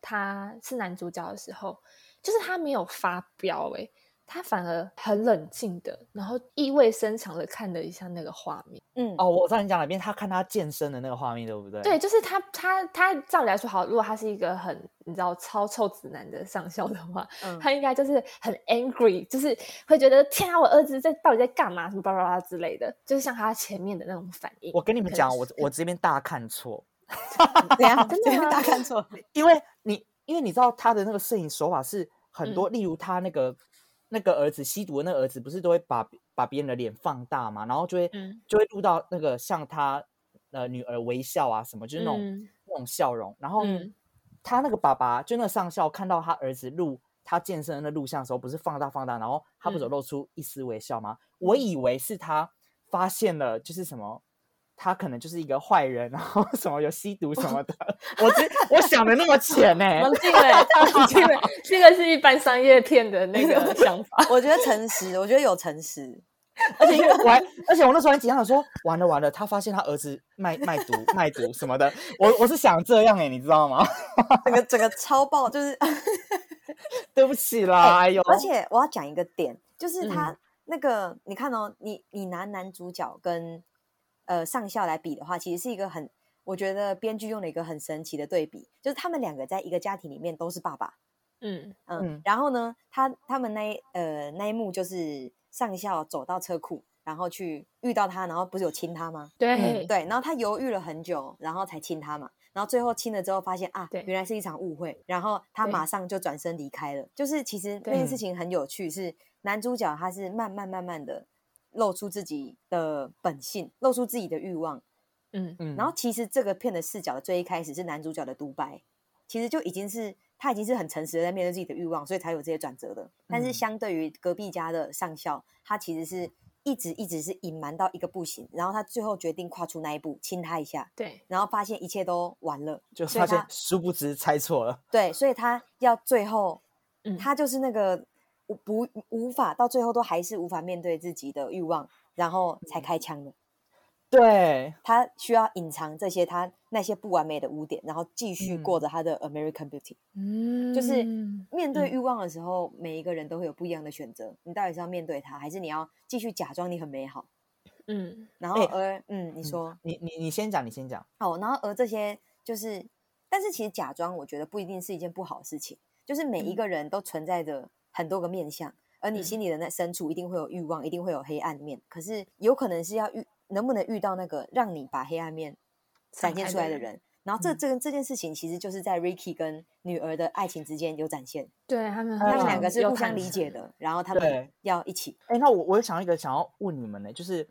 [SPEAKER 3] 他是男主角的时候，就是他没有发飙诶、他反而很冷静的，然后意味深长的看了一下那个画面。
[SPEAKER 1] 嗯，
[SPEAKER 2] 哦，我知道你讲哪边，他看他健身的那个画面，对不对？
[SPEAKER 3] 对，，就是他，他，他照理来说，好，如果他是一个很你知道超臭直男的上校的话，
[SPEAKER 1] 嗯
[SPEAKER 3] 他应该就是很 angry，就是会觉得天啊，我儿子在到底在干嘛，什么巴拉巴拉之类的，就是像他前面的那种反应。
[SPEAKER 2] 我跟你们
[SPEAKER 3] 可能
[SPEAKER 2] 讲，
[SPEAKER 3] 是
[SPEAKER 2] 我我这边大看错，
[SPEAKER 1] 怎样？
[SPEAKER 3] 真的
[SPEAKER 1] 怎样
[SPEAKER 3] 吗
[SPEAKER 1] 啊 *laughs* 大看错，
[SPEAKER 2] 因为你因为你知道他的那个摄影手法是很
[SPEAKER 1] 嗯
[SPEAKER 2] 多，例如他那个那个儿子吸毒的那个儿子，不是都会把把别人的脸放大嘛，然后就会、
[SPEAKER 3] 嗯
[SPEAKER 2] 就会录到那个像他呃女儿微笑啊什么，就是那种、
[SPEAKER 3] 嗯
[SPEAKER 2] 那种笑容。然后、
[SPEAKER 3] 嗯
[SPEAKER 2] 他那个爸爸就那个上校看到他儿子录他健身的录像的时候，不是放大放大，然后他不是有
[SPEAKER 3] 嗯
[SPEAKER 2] 露出一丝微笑吗？我
[SPEAKER 1] 嗯
[SPEAKER 2] 以为是他发现了，就是什么。他可能就是一个坏人，然后 *laughs* 什么有吸毒什么的，我只我想的那么浅呢、
[SPEAKER 3] 冷静了，冷静了，这个是一般商业片的
[SPEAKER 2] *laughs*
[SPEAKER 3] 那个想法。嗯
[SPEAKER 1] 我觉得诚实，我觉得有诚实，
[SPEAKER 2] 而且因为我还，而且我那时候很紧张，想说完了完了，他发现他儿子卖卖毒卖毒什么的，我我是想这样哎、你知道吗？ *laughs*
[SPEAKER 1] 整个整个超爆，就是
[SPEAKER 2] 对不起啦，哎呦，
[SPEAKER 1] 而且我要讲一个点，就是他
[SPEAKER 2] 嗯
[SPEAKER 1] 那个、你看哦，你你拿男主角跟呃上校来比的话，其实是一个很，我觉得编剧用了一个很神奇的对比，就是他们两个在一个家庭里面都是爸爸，
[SPEAKER 3] 嗯
[SPEAKER 1] 嗯，
[SPEAKER 2] 嗯
[SPEAKER 1] 然后呢，他他们那一呃那一幕就是上校走到车库，然后去遇到他，然后不是有亲他吗？
[SPEAKER 3] 嗯对
[SPEAKER 2] 嗯
[SPEAKER 1] 对，然后他犹豫了很久，然后才亲他嘛。然后最后亲了之后，发现啊
[SPEAKER 3] 对，
[SPEAKER 1] 原来是一场误会。然后他
[SPEAKER 3] 对
[SPEAKER 1] 马上就转身离开了。就是其实那件事
[SPEAKER 2] 对
[SPEAKER 1] 情很有趣，是男主角他是慢慢慢慢的露出自己的本性，露出自己的欲望。
[SPEAKER 3] 嗯
[SPEAKER 2] 嗯
[SPEAKER 1] 然后其实这个片的视角的最一开始是男主角的独白，其实就已经是他已经是很诚实的在面对自己的欲望，所以才有这些转折的。但是
[SPEAKER 2] 嗯
[SPEAKER 1] 相对于隔壁家的上校，他其实是一直一直是隐瞒到一个不行，然后他最后决定跨出那一步，亲他一下，
[SPEAKER 3] 对
[SPEAKER 1] 然后发现一切都完了。
[SPEAKER 2] 就
[SPEAKER 1] 所以
[SPEAKER 2] 发现
[SPEAKER 1] 他
[SPEAKER 2] 殊不知猜错了，
[SPEAKER 1] 对，所以他要最后，
[SPEAKER 3] 嗯
[SPEAKER 1] 他就是那个无不无法到最后都还是无法面对自己的欲望，然后
[SPEAKER 2] 嗯
[SPEAKER 1] 才开枪的。
[SPEAKER 2] 对，
[SPEAKER 1] 他需要隐藏这些他那些不完美的污点，然后继续
[SPEAKER 2] 嗯
[SPEAKER 1] 过着他的 American Beauty。
[SPEAKER 3] 嗯
[SPEAKER 1] 就是面对
[SPEAKER 3] 嗯
[SPEAKER 1] 欲望的时候，每一个人都会有不一样的选择。你到底是要面对它，还是你要继续假装你很美好？
[SPEAKER 3] 嗯
[SPEAKER 1] 然后
[SPEAKER 2] 哎
[SPEAKER 1] 而、嗯，你
[SPEAKER 2] 嗯
[SPEAKER 1] 说、
[SPEAKER 2] 你你你先讲，你先讲，
[SPEAKER 1] 哦，然后而这些就是，但是其实假装，我觉得不一定是一件不好的事情。就是每一
[SPEAKER 3] 嗯
[SPEAKER 1] 个人都存在着很多个面相，而你
[SPEAKER 3] 嗯
[SPEAKER 1] 心里的那深处一定会有欲望，一定会有黑暗面。可是有可能是要遇，能不能遇到那个让你把黑暗面展现
[SPEAKER 3] 敞开
[SPEAKER 1] 出
[SPEAKER 3] 的
[SPEAKER 1] 来的
[SPEAKER 3] 人
[SPEAKER 1] 人？然后这
[SPEAKER 2] 嗯
[SPEAKER 1] 这个这件事情，其实就是在 Ricky 跟女儿的爱情之间有展现，
[SPEAKER 3] 对他们
[SPEAKER 1] 他们
[SPEAKER 2] 嗯
[SPEAKER 1] 两个是
[SPEAKER 3] 有
[SPEAKER 1] 互相
[SPEAKER 3] 坦
[SPEAKER 1] 理解
[SPEAKER 3] 诚，
[SPEAKER 1] 的，然后他们
[SPEAKER 2] 对
[SPEAKER 1] 要一起。
[SPEAKER 2] 哎，那我我有想到一个想要问你们呢，就是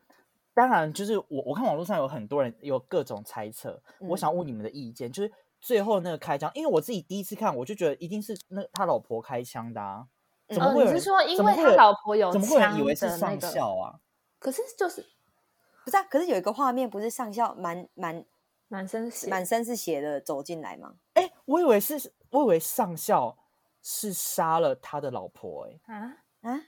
[SPEAKER 2] 当然就是我我看网络上有很多人有各种猜测，我
[SPEAKER 1] 嗯
[SPEAKER 2] 想问你们的意见，就是最后那个开枪，因为我自己第一次看，我就觉得一定是那他老婆开枪的啊，怎
[SPEAKER 1] 嗯
[SPEAKER 2] 么
[SPEAKER 3] 哦
[SPEAKER 2] 会有
[SPEAKER 3] 你
[SPEAKER 2] 人？
[SPEAKER 3] 是说因
[SPEAKER 2] 怎么
[SPEAKER 3] 为
[SPEAKER 2] 会
[SPEAKER 3] 他
[SPEAKER 2] 有
[SPEAKER 3] 老婆有
[SPEAKER 2] 怎么会有人以
[SPEAKER 3] 枪
[SPEAKER 2] 为是
[SPEAKER 3] 的那
[SPEAKER 2] 上
[SPEAKER 3] 个
[SPEAKER 2] 校啊？
[SPEAKER 3] 可是就是
[SPEAKER 1] 不是啊，可是有一个画面，不是上校满满
[SPEAKER 3] 满身血，
[SPEAKER 1] 满身是血的走进来吗？
[SPEAKER 2] 哎，我以为是，我以为上校是杀了他的老婆、欸，
[SPEAKER 3] 啊， *coughs*
[SPEAKER 1] 啊，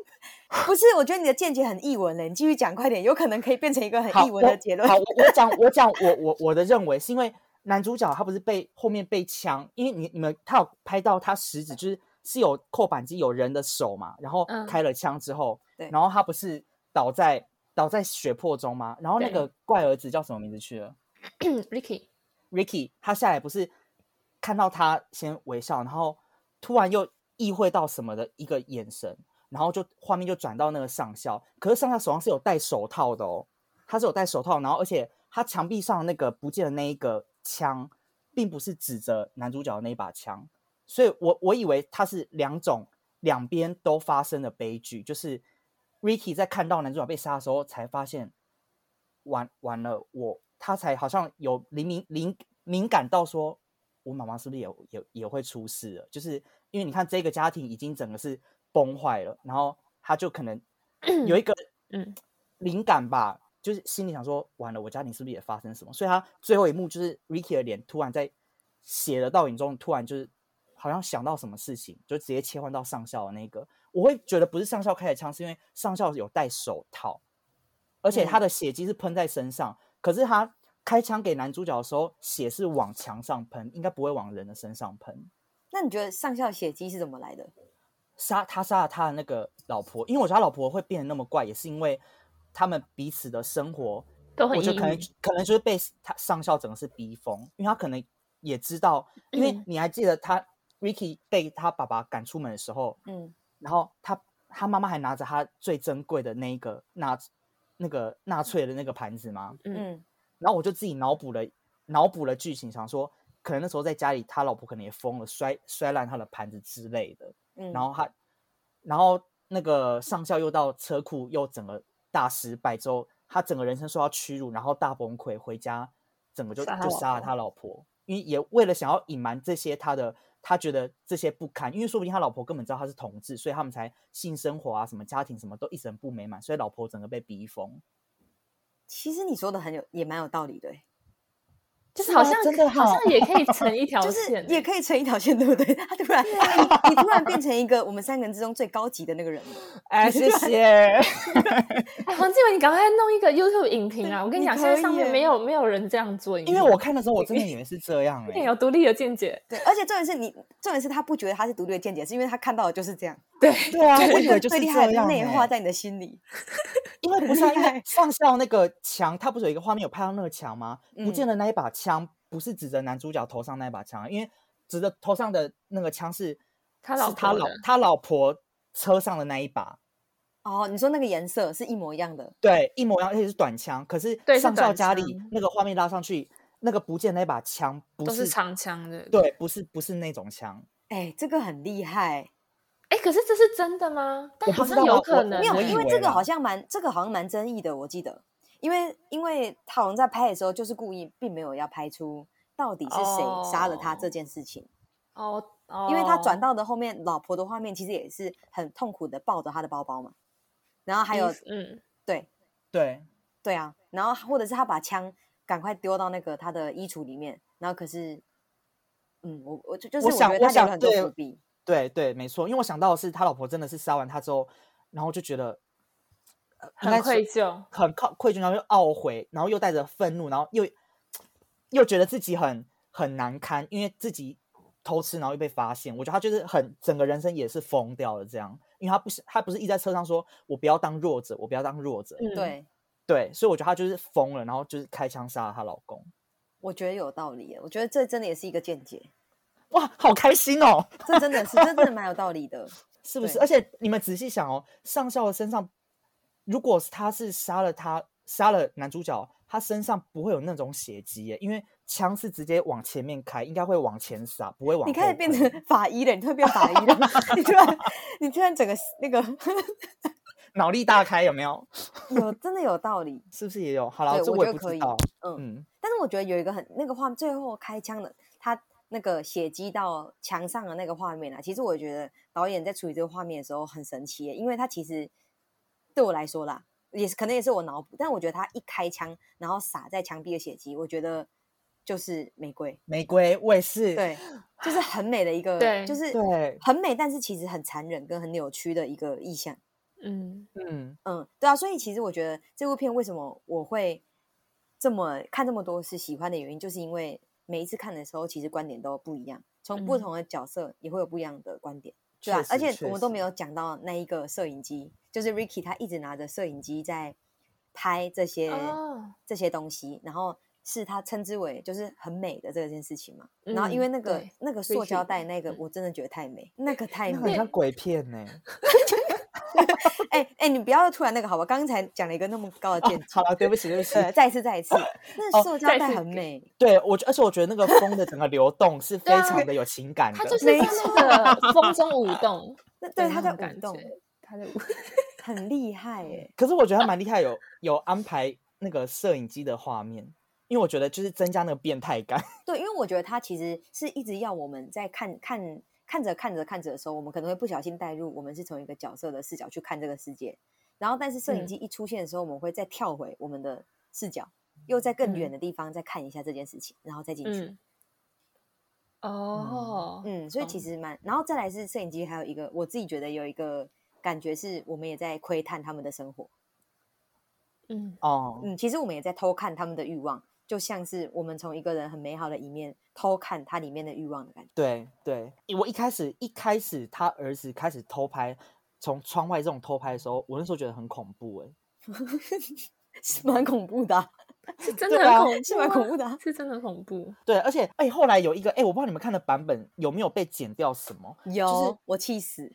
[SPEAKER 1] *laughs* 不是，我觉得你的见解很译文嘞，你继续讲快点，有可能可以变成一个很
[SPEAKER 2] 好
[SPEAKER 1] 译文的
[SPEAKER 2] 我
[SPEAKER 1] 结论
[SPEAKER 2] 好，。我我讲我讲我我我的认为是因为男主角他不是被后面被枪，因为你你们他有拍到他食指就是是有扣扳机有人的手嘛，然后
[SPEAKER 3] 嗯
[SPEAKER 2] 开了枪之后，
[SPEAKER 1] 对
[SPEAKER 2] 然后他不是倒在倒在血泊中吗？然后那
[SPEAKER 3] 对
[SPEAKER 2] 个怪儿子叫什么名字去了
[SPEAKER 3] Ricky，
[SPEAKER 2] ？Ricky，他下来不是看到他先微笑，然后突然又意会到什么的一个眼神，然后就画面就转到那个上校，可是上校手上是有戴手套的哦，他是有戴手套，然后而且他墙壁上那个不见的那一个枪，并不是指着男主角的那一把枪，所以我我以为他是两种两边都发生的悲剧，就是 Ricky 在看到男主角被杀的时候才发现，完完了，我他才好像有灵敏灵敏感到说，我妈妈是不是也也也会出事了？就是因为你看这个家庭已经整个是崩坏了，然后他就可能有一个
[SPEAKER 3] 嗯
[SPEAKER 2] 灵感吧，就是心里想说，完了，我家庭是不是也发生什么？所以他最后一幕就是 Ricky 的脸突然在血的倒影中，突然就是好像想到什么事情，就直接切换到上校的那个。我会觉得不是上校开的枪，是因为上校有戴手套，而且
[SPEAKER 1] 嗯
[SPEAKER 2] 他的血迹是喷在身上，可是他开枪给男主角的时候，血是往墙上喷，应该不会往人的身上喷。
[SPEAKER 1] 那你觉得上校血迹是怎么来的？
[SPEAKER 2] 杀他杀了他的那个老婆，因为我觉得他老婆会变得那么怪，也是因为他们彼此的生活，
[SPEAKER 3] 都
[SPEAKER 4] 哦
[SPEAKER 3] 很
[SPEAKER 2] 我觉
[SPEAKER 3] 抑
[SPEAKER 2] 得可能
[SPEAKER 3] 郁
[SPEAKER 2] 可能就是被他上校整个是逼疯，因为他可能也知道，因为
[SPEAKER 3] 嗯
[SPEAKER 2] 你还记得他 Ricky 被他爸爸赶出门的时候，
[SPEAKER 1] 嗯，
[SPEAKER 2] 然后他他妈妈还拿着他最珍贵的那一个纳那个纳粹的那个盘子吗？
[SPEAKER 1] 嗯，
[SPEAKER 2] 然后我就自己脑补了脑补了剧情，想说可能那时候在家里他老婆可能也疯了，摔摔烂他的盘子之类的。
[SPEAKER 1] 嗯
[SPEAKER 2] 然后他，然后那个上校又到车库又整个大失败之后，他整个人生受到屈辱，然后大崩溃，回家整个就
[SPEAKER 3] 杀他
[SPEAKER 2] 就
[SPEAKER 3] 老
[SPEAKER 2] 杀了
[SPEAKER 3] 婆
[SPEAKER 2] 他老婆，因为也为了想要隐瞒这些他的。他觉得这些不堪，因为说不定他老婆根本知道他是同志，所以他们才性生活啊、什么家庭什么都一直很不美满，所以老婆整个被逼疯。
[SPEAKER 1] 其实你说的很有，也蛮有道理的欸，
[SPEAKER 3] 就是
[SPEAKER 2] 是
[SPEAKER 3] 好
[SPEAKER 2] 吗
[SPEAKER 3] 像
[SPEAKER 2] 真的
[SPEAKER 3] 好像
[SPEAKER 2] 哈
[SPEAKER 3] 也
[SPEAKER 2] *laughs*
[SPEAKER 3] 可以成一条
[SPEAKER 1] 欸就是
[SPEAKER 3] 线，欸
[SPEAKER 1] 也
[SPEAKER 3] 以
[SPEAKER 1] 可以成一条线，对 *laughs* 不对？他突然，
[SPEAKER 2] 啊
[SPEAKER 1] 你你突然变成一个我们三个人之中最高级的那个人了。
[SPEAKER 2] *laughs* 哎，谢谢。
[SPEAKER 3] 哎，黄志伟，你赶快弄一个 YouTube 影评啊！我跟你
[SPEAKER 1] 你
[SPEAKER 3] 讲，
[SPEAKER 1] 可
[SPEAKER 3] 现在上面
[SPEAKER 1] 以
[SPEAKER 3] 没
[SPEAKER 1] 耶
[SPEAKER 3] 有没有人这样做影
[SPEAKER 2] 因
[SPEAKER 3] 评，
[SPEAKER 2] 为我看的时候，我真的以为是这样
[SPEAKER 3] 你
[SPEAKER 2] 哎、
[SPEAKER 3] 有独立的见解，
[SPEAKER 1] 对，而且重点是你，重点是他不觉得他是独立的见解，是因为他看到的就是这样。
[SPEAKER 3] 对，
[SPEAKER 2] 对啊，我
[SPEAKER 1] 我
[SPEAKER 2] 以
[SPEAKER 1] 觉
[SPEAKER 2] 为
[SPEAKER 1] 得
[SPEAKER 2] 就是
[SPEAKER 1] 最
[SPEAKER 2] 这
[SPEAKER 1] 厉害的是
[SPEAKER 2] 样、
[SPEAKER 1] 内
[SPEAKER 2] 欸。
[SPEAKER 1] 化在你的心里。
[SPEAKER 2] 因为不是、啊、因为上校那个墙，他不是有一个画面有拍到那个墙吗？不
[SPEAKER 3] 嗯
[SPEAKER 2] 见得那一把枪不是指着男主角头上那一把枪，啊因为指着头上的那个枪是
[SPEAKER 3] 他老
[SPEAKER 2] 是他
[SPEAKER 3] 婆
[SPEAKER 2] 老
[SPEAKER 3] 的
[SPEAKER 2] 他老婆车上的那一把，
[SPEAKER 1] 哦，你说那个颜色是一模一样的，
[SPEAKER 2] 对，一模一样，而且是短枪。可是
[SPEAKER 3] 对是
[SPEAKER 2] 上校
[SPEAKER 3] 短
[SPEAKER 2] 家里
[SPEAKER 3] 枪
[SPEAKER 2] 那个画面拉上去，那个不见那把枪不
[SPEAKER 3] 都
[SPEAKER 2] 是
[SPEAKER 3] 是长枪的。
[SPEAKER 2] 对，不是不是那种枪。
[SPEAKER 1] 哎，这个很厉害。
[SPEAKER 3] 哎，可是这是真的吗？但
[SPEAKER 2] 我不
[SPEAKER 3] 好
[SPEAKER 2] 知
[SPEAKER 3] 像
[SPEAKER 2] 道
[SPEAKER 3] 有
[SPEAKER 2] 啊我
[SPEAKER 3] 可能
[SPEAKER 1] 没有，
[SPEAKER 2] 我
[SPEAKER 3] 欸，
[SPEAKER 1] 因
[SPEAKER 2] 以
[SPEAKER 1] 为
[SPEAKER 2] 为
[SPEAKER 1] 这个
[SPEAKER 2] 啦
[SPEAKER 1] 好像蛮这个好像蛮争议的，我记得，因为因为他好像在拍的时候就是故意，并没有要拍出到底是谁杀了他这件事情，
[SPEAKER 3] 哦哦，
[SPEAKER 1] 因为他转到的后面老婆的画面其实也是很痛苦的抱着他的包包嘛，然后还有
[SPEAKER 3] 衣服嗯，
[SPEAKER 1] 对
[SPEAKER 2] 对，
[SPEAKER 1] 对啊，然后或者是他把枪赶快丢到那个他的衣橱里面，然后可是，嗯，我我就就是我
[SPEAKER 2] 我
[SPEAKER 1] 觉
[SPEAKER 2] 想
[SPEAKER 1] 得
[SPEAKER 2] 我
[SPEAKER 1] 他留
[SPEAKER 2] 想
[SPEAKER 1] 了很多
[SPEAKER 2] 对
[SPEAKER 1] 伏笔，
[SPEAKER 2] 对对，没错，因为我想到的是他老婆真的是杀完他之后，然后就觉得呃应该是
[SPEAKER 3] 很愧疚。
[SPEAKER 2] 很靠愧疚，然后又懊悔，然后又带着愤怒，然后又又觉得自己很很难堪，因为自己偷吃，然后又被发现。我觉得他就是很整个人生也是疯掉了这样，因为他不是他不是一直在车上说“我不要当弱者，我不要当弱者”，
[SPEAKER 3] 嗯，
[SPEAKER 1] 对。
[SPEAKER 2] 对，所以我觉得他就是疯了，然后就是开枪杀了她老公。
[SPEAKER 1] 我觉得有道理耶，我觉得这真的也是一个见解，
[SPEAKER 2] 哇，好开心哦！
[SPEAKER 1] 这真的是，这真的蛮有道理的。
[SPEAKER 2] 是不是？
[SPEAKER 1] 对
[SPEAKER 2] 而且你们仔细想哦，上校的身上，如果是他是杀了他，杀了男主角，他身上不会有那种血迹耶，因为枪是直接往前面开，应该会往前撒，不会往后
[SPEAKER 1] 你
[SPEAKER 2] 喷。
[SPEAKER 1] 开始变成法医了，你突然变法医了，你突然，你突然整个那个
[SPEAKER 2] 脑力大开，有没有？
[SPEAKER 1] 有真的有道理，
[SPEAKER 2] 是不是也有？好了，
[SPEAKER 1] 对
[SPEAKER 2] 这
[SPEAKER 1] 我
[SPEAKER 2] 我
[SPEAKER 1] 觉
[SPEAKER 2] 也
[SPEAKER 1] 得
[SPEAKER 2] 不
[SPEAKER 1] 可
[SPEAKER 2] 知
[SPEAKER 1] 以
[SPEAKER 2] 道。
[SPEAKER 1] 嗯。
[SPEAKER 2] 嗯，
[SPEAKER 1] 但是我觉得有一个很那个画，最后开枪的他那个血迹到墙上的那个画面啊，其实我觉得导演在处理这个画面的时候很神奇耶，因为他其实对我来说啦，也是可能也是我脑补，但我觉得他一开枪，然后洒在墙壁的血迹，我觉得就是玫瑰，
[SPEAKER 2] 玫瑰，我也是。
[SPEAKER 1] 对，就是很美的一个，
[SPEAKER 3] 对
[SPEAKER 1] 就是
[SPEAKER 2] 对，
[SPEAKER 1] 很美，但是其实很残忍跟很扭曲的一个意象。
[SPEAKER 3] 嗯，
[SPEAKER 2] 嗯，
[SPEAKER 1] 嗯，对啊，所以其实我觉得这部片为什么我会这么看这么多是喜欢的原因，就是因为每一次看的时候，其实观点都不一样，从不
[SPEAKER 3] 嗯
[SPEAKER 1] 同的角色也会有不一样的观点，
[SPEAKER 2] 确
[SPEAKER 1] 对啊，而
[SPEAKER 2] 实
[SPEAKER 1] 且
[SPEAKER 2] 确
[SPEAKER 1] 我们都
[SPEAKER 2] 实
[SPEAKER 1] 没有讲到那一个摄影机，就是 Ricky 他一直拿着摄影机在拍这些、
[SPEAKER 3] 哦，
[SPEAKER 1] 这些东西，然后是他称之为就是很美的这件事情嘛。然后因为
[SPEAKER 3] 嗯
[SPEAKER 1] 那个
[SPEAKER 3] 对
[SPEAKER 1] 那个塑
[SPEAKER 3] Ricky
[SPEAKER 1] 胶袋那个，我真的觉得太
[SPEAKER 2] *laughs*
[SPEAKER 1] 美，那个太
[SPEAKER 2] 嗯那很
[SPEAKER 1] 美
[SPEAKER 2] 像
[SPEAKER 1] 了。
[SPEAKER 2] 鬼片
[SPEAKER 1] *laughs*
[SPEAKER 2] 呢、
[SPEAKER 1] 哎哎、你不要突然那个好吧？刚才讲了一个那么高的见解。
[SPEAKER 2] 哦好了，对不起，对不起。
[SPEAKER 1] 对，再一次，再一次，那
[SPEAKER 2] 哦
[SPEAKER 1] 塑胶
[SPEAKER 3] 再一
[SPEAKER 1] 袋
[SPEAKER 3] 次
[SPEAKER 1] 很
[SPEAKER 3] 给
[SPEAKER 1] 美，
[SPEAKER 2] 对我觉，而且我觉得那个风的整个流动是非
[SPEAKER 3] 对啊
[SPEAKER 2] 常的有情感的。
[SPEAKER 3] 他就是
[SPEAKER 1] 没
[SPEAKER 3] 在
[SPEAKER 1] *laughs*
[SPEAKER 3] 那个风中舞动，
[SPEAKER 1] 那对
[SPEAKER 3] 的
[SPEAKER 1] 它
[SPEAKER 3] 那
[SPEAKER 1] 在
[SPEAKER 3] 种感
[SPEAKER 1] 舞动，
[SPEAKER 3] 觉，嗯他在舞，
[SPEAKER 1] 很厉害哎。
[SPEAKER 2] 可是我觉得他蛮厉害，有有安排那个摄影机的画面，因为我觉得就是增加那个变态感。
[SPEAKER 1] *laughs* 对，因为我觉得它其实是一直要我们在看看看着看着看着的时候，我们可能会不小心带入，我们是从一个角色的视角去看这个世界，然后但是摄影
[SPEAKER 3] 嗯
[SPEAKER 1] 机一出现的时候，我们会再跳回我们的视角，又在更远
[SPEAKER 3] 嗯
[SPEAKER 1] 的地方再看一下这件事情，然后再进去。 *laughs*
[SPEAKER 3] 嗯，哦，
[SPEAKER 1] 嗯，所以其
[SPEAKER 3] 懂
[SPEAKER 1] 实蛮，然后再来是摄影机，还有一个我自己觉得有一个感觉是，我们也在窥探他们的生活。
[SPEAKER 3] 嗯，
[SPEAKER 2] 哦，
[SPEAKER 1] 嗯，其实我们也在偷看他们的欲望，就像是我们从一个人很美好的一面偷看他里面的欲望的感觉。 *laughs*
[SPEAKER 2] 对对，我一开始一开始他儿子开始偷拍，从窗外这种偷拍的时候，我那时候觉得很恐怖哎、
[SPEAKER 1] 是蛮恐怖的啊、
[SPEAKER 3] 是真的
[SPEAKER 2] 对啊
[SPEAKER 3] 很恐怖，
[SPEAKER 1] 是蛮恐怖的啊
[SPEAKER 3] 是真的很恐怖，
[SPEAKER 2] 对，而且哎、后来有一个哎、我不知道你们看的版本有没有被剪掉什么，
[SPEAKER 1] 有、我气死，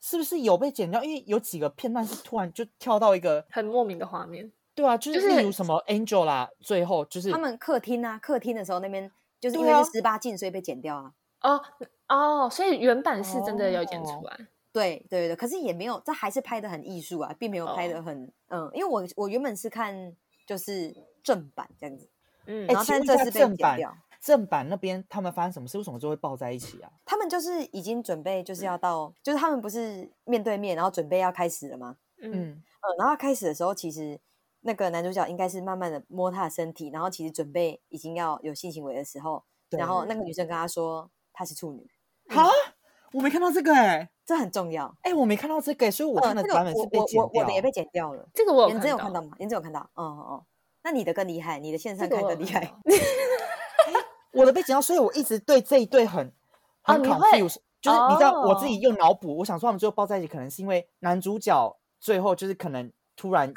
[SPEAKER 2] 是不是有被剪掉？因为有几个片段是突然就跳到一个，
[SPEAKER 3] 很莫名的画面，
[SPEAKER 2] 对啊，就是
[SPEAKER 3] 就是
[SPEAKER 2] 例如什么 Angela 最后就是
[SPEAKER 1] 他们客厅啊，客厅的时候那边就是因
[SPEAKER 2] 对
[SPEAKER 1] 为
[SPEAKER 2] 啊
[SPEAKER 1] 是十八禁，所以被剪掉啊。
[SPEAKER 3] 哦哦，所以原版是真的有演出啊
[SPEAKER 2] 哦
[SPEAKER 3] 来，
[SPEAKER 1] 对对对，可是也没有，这还是拍的很艺术啊，并没有拍
[SPEAKER 2] 哦
[SPEAKER 1] 的很、嗯，因为我我原本是看就是正版这样子，
[SPEAKER 3] 嗯
[SPEAKER 2] 哎、
[SPEAKER 1] 然后
[SPEAKER 2] 请问
[SPEAKER 1] 但
[SPEAKER 2] 一
[SPEAKER 1] 这
[SPEAKER 2] 下
[SPEAKER 1] 次被
[SPEAKER 2] 正
[SPEAKER 1] 剪
[SPEAKER 2] 版
[SPEAKER 1] 掉
[SPEAKER 2] 正版那边他们发生什么事？为什么就会抱在一起啊？
[SPEAKER 1] 他们就是已经准备就是
[SPEAKER 2] 嗯
[SPEAKER 1] 要到，就是他们不是面对面，然后准备要开始了吗？
[SPEAKER 3] 嗯
[SPEAKER 2] 嗯，
[SPEAKER 1] 呃，然后开始的时候，其实那个男主角应该是慢慢的摸她的身体，然后其实准备已经要有性行为的时候，
[SPEAKER 2] 对
[SPEAKER 1] 然后那个女生跟他说她是处女，
[SPEAKER 2] 哈， *laughs* 我没看到这个哎、
[SPEAKER 1] 这很重要。
[SPEAKER 2] 哎、我没看到这个、所以我
[SPEAKER 1] 呃
[SPEAKER 2] 看的
[SPEAKER 1] 这个
[SPEAKER 2] 版本
[SPEAKER 1] 我
[SPEAKER 2] 是被
[SPEAKER 1] 我
[SPEAKER 2] 剪
[SPEAKER 1] 我我
[SPEAKER 2] 掉。
[SPEAKER 1] 的也被剪掉了。
[SPEAKER 3] 这个我
[SPEAKER 1] 颜真有看
[SPEAKER 3] 到，
[SPEAKER 1] 到吗？颜真有看到，哦哦哦，那你的更厉害，你的线
[SPEAKER 3] 这
[SPEAKER 1] 上
[SPEAKER 3] 个
[SPEAKER 1] 看
[SPEAKER 3] 我有
[SPEAKER 1] 更厉
[SPEAKER 3] 看
[SPEAKER 1] 害嗯
[SPEAKER 3] 到。
[SPEAKER 2] 我的被剪掉，所以我一直对这一对很很
[SPEAKER 3] 哦你会
[SPEAKER 2] confused，、就是你知道我自
[SPEAKER 3] 哦
[SPEAKER 2] 己又脑补，我想说他们最后抱在一起，可能是因为男主角最后就是可能突然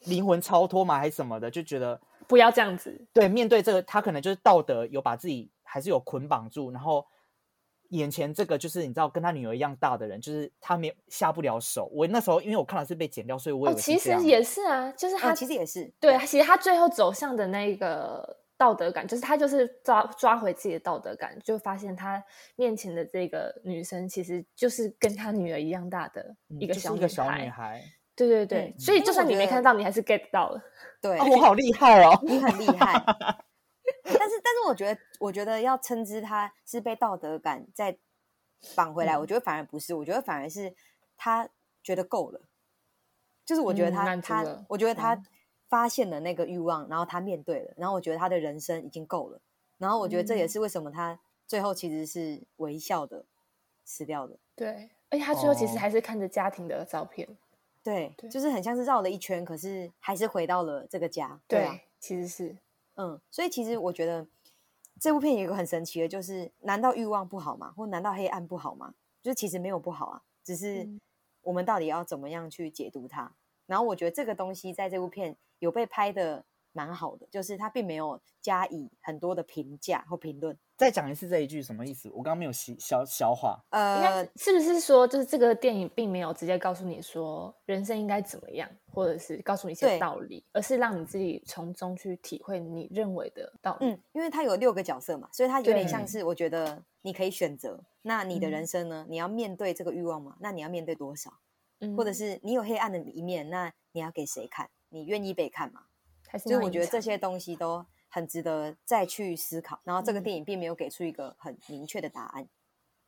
[SPEAKER 2] 灵魂超脱嘛，还是什么的，就觉得
[SPEAKER 3] 不要这样子，
[SPEAKER 2] 对面对这个，他可能就是道德有把自己还是有捆绑住，然后眼前这个就是你知道跟他女儿一样大的人，就是他没有下不了手。我那时候因为我看了是被剪掉， *laughs* 所以我以
[SPEAKER 3] 哦，
[SPEAKER 2] 为
[SPEAKER 3] 其
[SPEAKER 2] 是这
[SPEAKER 3] 实
[SPEAKER 2] 样
[SPEAKER 3] 也是啊，就是他、
[SPEAKER 1] 啊，其实也是，
[SPEAKER 3] 对，其实他最后走向的那个道德感，就是他就是抓抓回自己的道德感，就发现他面前的这个女生其实就是跟他女儿一样大的
[SPEAKER 2] 嗯
[SPEAKER 3] 一
[SPEAKER 2] 就
[SPEAKER 3] 个
[SPEAKER 2] 是
[SPEAKER 3] 小
[SPEAKER 2] 一
[SPEAKER 3] 女
[SPEAKER 2] 个
[SPEAKER 3] 孩。
[SPEAKER 2] 小女孩，
[SPEAKER 3] 对对对，
[SPEAKER 1] 嗯
[SPEAKER 3] 所以
[SPEAKER 1] 因为
[SPEAKER 3] 就算
[SPEAKER 1] 我
[SPEAKER 3] 你
[SPEAKER 1] 觉
[SPEAKER 3] 没
[SPEAKER 1] 得
[SPEAKER 3] 看到，你还是 get 到了。
[SPEAKER 1] 对，
[SPEAKER 2] 哦，我好厉害哦！
[SPEAKER 1] 你很厉害。但是，但是我觉得，我觉得要称之他是被道德感再绑回来，
[SPEAKER 3] 嗯
[SPEAKER 1] 我觉得反而不是，我觉得反而是他觉得够了，就是我觉得
[SPEAKER 3] 嗯
[SPEAKER 1] 他、
[SPEAKER 3] 满足
[SPEAKER 1] 他
[SPEAKER 3] 了，
[SPEAKER 1] 我觉得他
[SPEAKER 3] 嗯
[SPEAKER 1] 发现了那个欲望，然后他面对了，然后我觉得他的人生已经够了，然后我觉得这也
[SPEAKER 3] 嗯
[SPEAKER 1] 是为什么他最后其实是微笑的死掉的。
[SPEAKER 3] 对，而且他最后其
[SPEAKER 2] 哦
[SPEAKER 3] 实还是看着家庭的照片。
[SPEAKER 1] 对，
[SPEAKER 3] 对
[SPEAKER 1] 就是很像是绕了一圈，可是还是回到了这个家。
[SPEAKER 3] 对，
[SPEAKER 1] 啊，
[SPEAKER 3] 其实是
[SPEAKER 1] 嗯，所以其实我觉得这部片有一个很神奇的，就是难道欲望不好吗？或难道黑暗不好吗？就是其实没有不好啊，只是
[SPEAKER 3] 嗯
[SPEAKER 1] 我们到底要怎么样去解读它。然后我觉得这个东西在这部片有被拍的蛮好的，就是它并没有加以很多的评价或评论。
[SPEAKER 2] *laughs* 再讲一次这一句什么意思？我刚刚没有消消消化。
[SPEAKER 3] 应该
[SPEAKER 1] 呃
[SPEAKER 3] 是，是不是说，就是这个电影并没有直接告诉你说人生应该怎么样，或者是告诉你一
[SPEAKER 1] 对
[SPEAKER 3] 些道理，而是让你自己从中去体会你认为的道理。
[SPEAKER 1] 嗯，因为它有六个角色嘛，所以它有点像
[SPEAKER 2] 对
[SPEAKER 1] 是我觉得你可以选择，那你的人
[SPEAKER 3] 嗯
[SPEAKER 1] 生呢？你要面对这个欲望吗？那你要面对多少？
[SPEAKER 3] 嗯
[SPEAKER 1] 或者是你有黑暗的一面，那你要给谁看？你愿意被看吗？
[SPEAKER 3] 还是
[SPEAKER 1] 所以
[SPEAKER 3] 要
[SPEAKER 1] 我
[SPEAKER 3] 隐
[SPEAKER 1] 觉得这
[SPEAKER 3] 藏
[SPEAKER 1] 些东西都很值得再去思考。然后这个
[SPEAKER 3] 嗯
[SPEAKER 1] 电影并没有给出一个很明确的答案。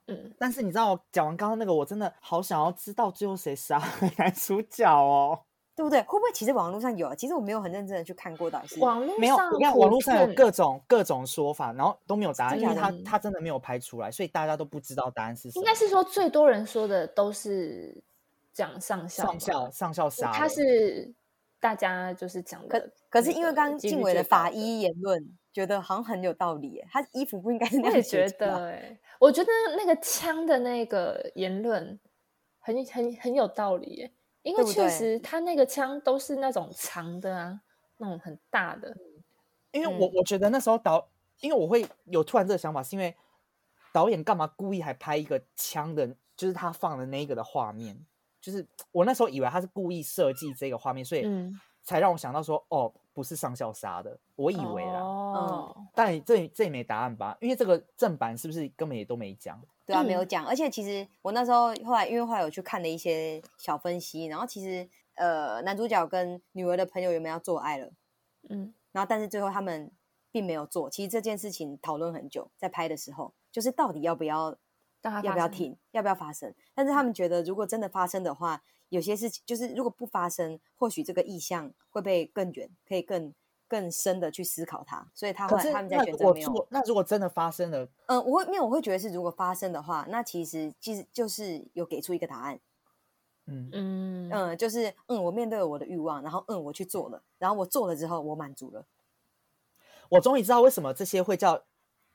[SPEAKER 3] 嗯，
[SPEAKER 2] 但是你知道，我讲完刚刚那个，我真的好想要知道最后谁杀了男主角哦。
[SPEAKER 1] 对不对？会不会其实网络上有啊？其实我没有很认真的去看过，到底是
[SPEAKER 3] 网络
[SPEAKER 2] 没有，
[SPEAKER 3] 上
[SPEAKER 2] 我看
[SPEAKER 3] 普
[SPEAKER 2] 网络上有
[SPEAKER 3] 遍
[SPEAKER 2] 各种各种说法，然后都没有答案，因为
[SPEAKER 1] 真的
[SPEAKER 2] 他
[SPEAKER 3] 假的
[SPEAKER 2] 他真的没有拍出来，所以大家都不知道答案是什
[SPEAKER 3] 应
[SPEAKER 2] 么。
[SPEAKER 3] 该是说最多人说的都是讲上校吧，
[SPEAKER 2] 上校上校杀了，
[SPEAKER 3] 他是大家就是讲的
[SPEAKER 1] 可可是因为
[SPEAKER 3] 那个
[SPEAKER 1] 刚刚
[SPEAKER 3] 几
[SPEAKER 1] 静
[SPEAKER 3] 率
[SPEAKER 1] 伟的
[SPEAKER 3] 最高
[SPEAKER 1] 法医言论，觉得好像很有道理耶。他衣服不应该是那
[SPEAKER 3] 我
[SPEAKER 1] 样
[SPEAKER 3] 也
[SPEAKER 1] 写
[SPEAKER 3] 觉
[SPEAKER 1] 出来
[SPEAKER 3] 得、欸，我觉得那个枪的那个言论很很很有道理、欸，因为
[SPEAKER 1] 对不
[SPEAKER 3] 确
[SPEAKER 1] 对
[SPEAKER 3] 实他那个枪都是那种长的啊，那种很大的，
[SPEAKER 2] 因为我
[SPEAKER 1] 嗯
[SPEAKER 2] 我觉得那时候导，因为我会有突然这个想法，是因为导演干嘛故意还拍一个枪的，就是他放的那一个的画面，就是我那时候以为他是故意设计这个画面，所以
[SPEAKER 3] 嗯
[SPEAKER 2] 才让我想到说，哦，不是上校杀的，我以为
[SPEAKER 1] 嗯
[SPEAKER 2] 啦。
[SPEAKER 3] 哦，
[SPEAKER 2] 但这这也没答案吧？因为这个正版是不是根本也都没讲？
[SPEAKER 1] 对啊，没有
[SPEAKER 3] 嗯
[SPEAKER 1] 讲。而且其实我那时候后来，因为后来有去看了一些小分析，然后其实呃，男主角跟女儿的朋友原本要做爱了，
[SPEAKER 3] 嗯
[SPEAKER 1] 然后但是最后他们并没有做。其实这件事情讨论很久，在拍的时候，就是到底要不要
[SPEAKER 3] 让它
[SPEAKER 1] 要
[SPEAKER 3] 发
[SPEAKER 1] 不要
[SPEAKER 3] 生
[SPEAKER 1] 停，要不要发生？但是他们觉得，如果真的发生的话，有些事情就是如果不发生，或许这个意向会被更远，可以更更深的去思考它。所以他后
[SPEAKER 2] 可
[SPEAKER 1] 来
[SPEAKER 2] 是
[SPEAKER 1] 他们在
[SPEAKER 2] 那
[SPEAKER 1] 选
[SPEAKER 2] 如
[SPEAKER 1] 择
[SPEAKER 2] 果
[SPEAKER 1] 没有
[SPEAKER 2] 做，那如果真的发生了，
[SPEAKER 1] 嗯，我会没有，我会觉得是如果发生的话，那其实其实就是有给出一个答案，
[SPEAKER 2] 嗯，
[SPEAKER 3] 嗯
[SPEAKER 1] 嗯，就是嗯，我面对了我的欲望，然后嗯，我去做了，然后我做了之后，我满足了，
[SPEAKER 2] 我终于知道为什么这些会叫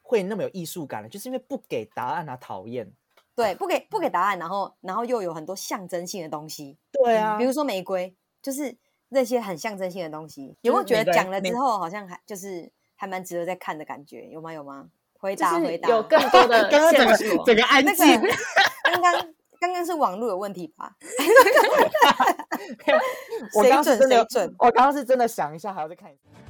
[SPEAKER 2] 会那么有艺术感了，就是因为不给答案啊，讨厌。
[SPEAKER 1] 对，不给不给答案，然后然后又有很多象征性的东西，
[SPEAKER 2] 对
[SPEAKER 3] 啊
[SPEAKER 1] 比如说玫瑰，就是那些很象征性的东西，
[SPEAKER 2] 就
[SPEAKER 1] 有没有
[SPEAKER 2] 是
[SPEAKER 1] 觉
[SPEAKER 2] 每
[SPEAKER 1] 得
[SPEAKER 2] 个
[SPEAKER 1] 讲
[SPEAKER 2] 人
[SPEAKER 1] 了
[SPEAKER 2] 每
[SPEAKER 1] 之后好像还就是还蛮值得再看的感觉，有吗？有吗？回
[SPEAKER 3] 就
[SPEAKER 1] 答
[SPEAKER 3] 是
[SPEAKER 1] 回答，
[SPEAKER 3] 有更多
[SPEAKER 1] *laughs*
[SPEAKER 3] 的
[SPEAKER 2] *laughs* 刚刚整
[SPEAKER 3] 线
[SPEAKER 2] 个
[SPEAKER 3] 索，
[SPEAKER 2] 整个安
[SPEAKER 1] 那 *laughs*
[SPEAKER 2] 静，
[SPEAKER 1] 个刚刚刚刚是网络有问题吧？
[SPEAKER 2] 我
[SPEAKER 1] 谁
[SPEAKER 2] 刚刚是
[SPEAKER 1] 准
[SPEAKER 2] 真
[SPEAKER 1] 谁
[SPEAKER 2] 的有
[SPEAKER 1] 准？
[SPEAKER 2] 我刚刚是真的想一下，还要再看一下。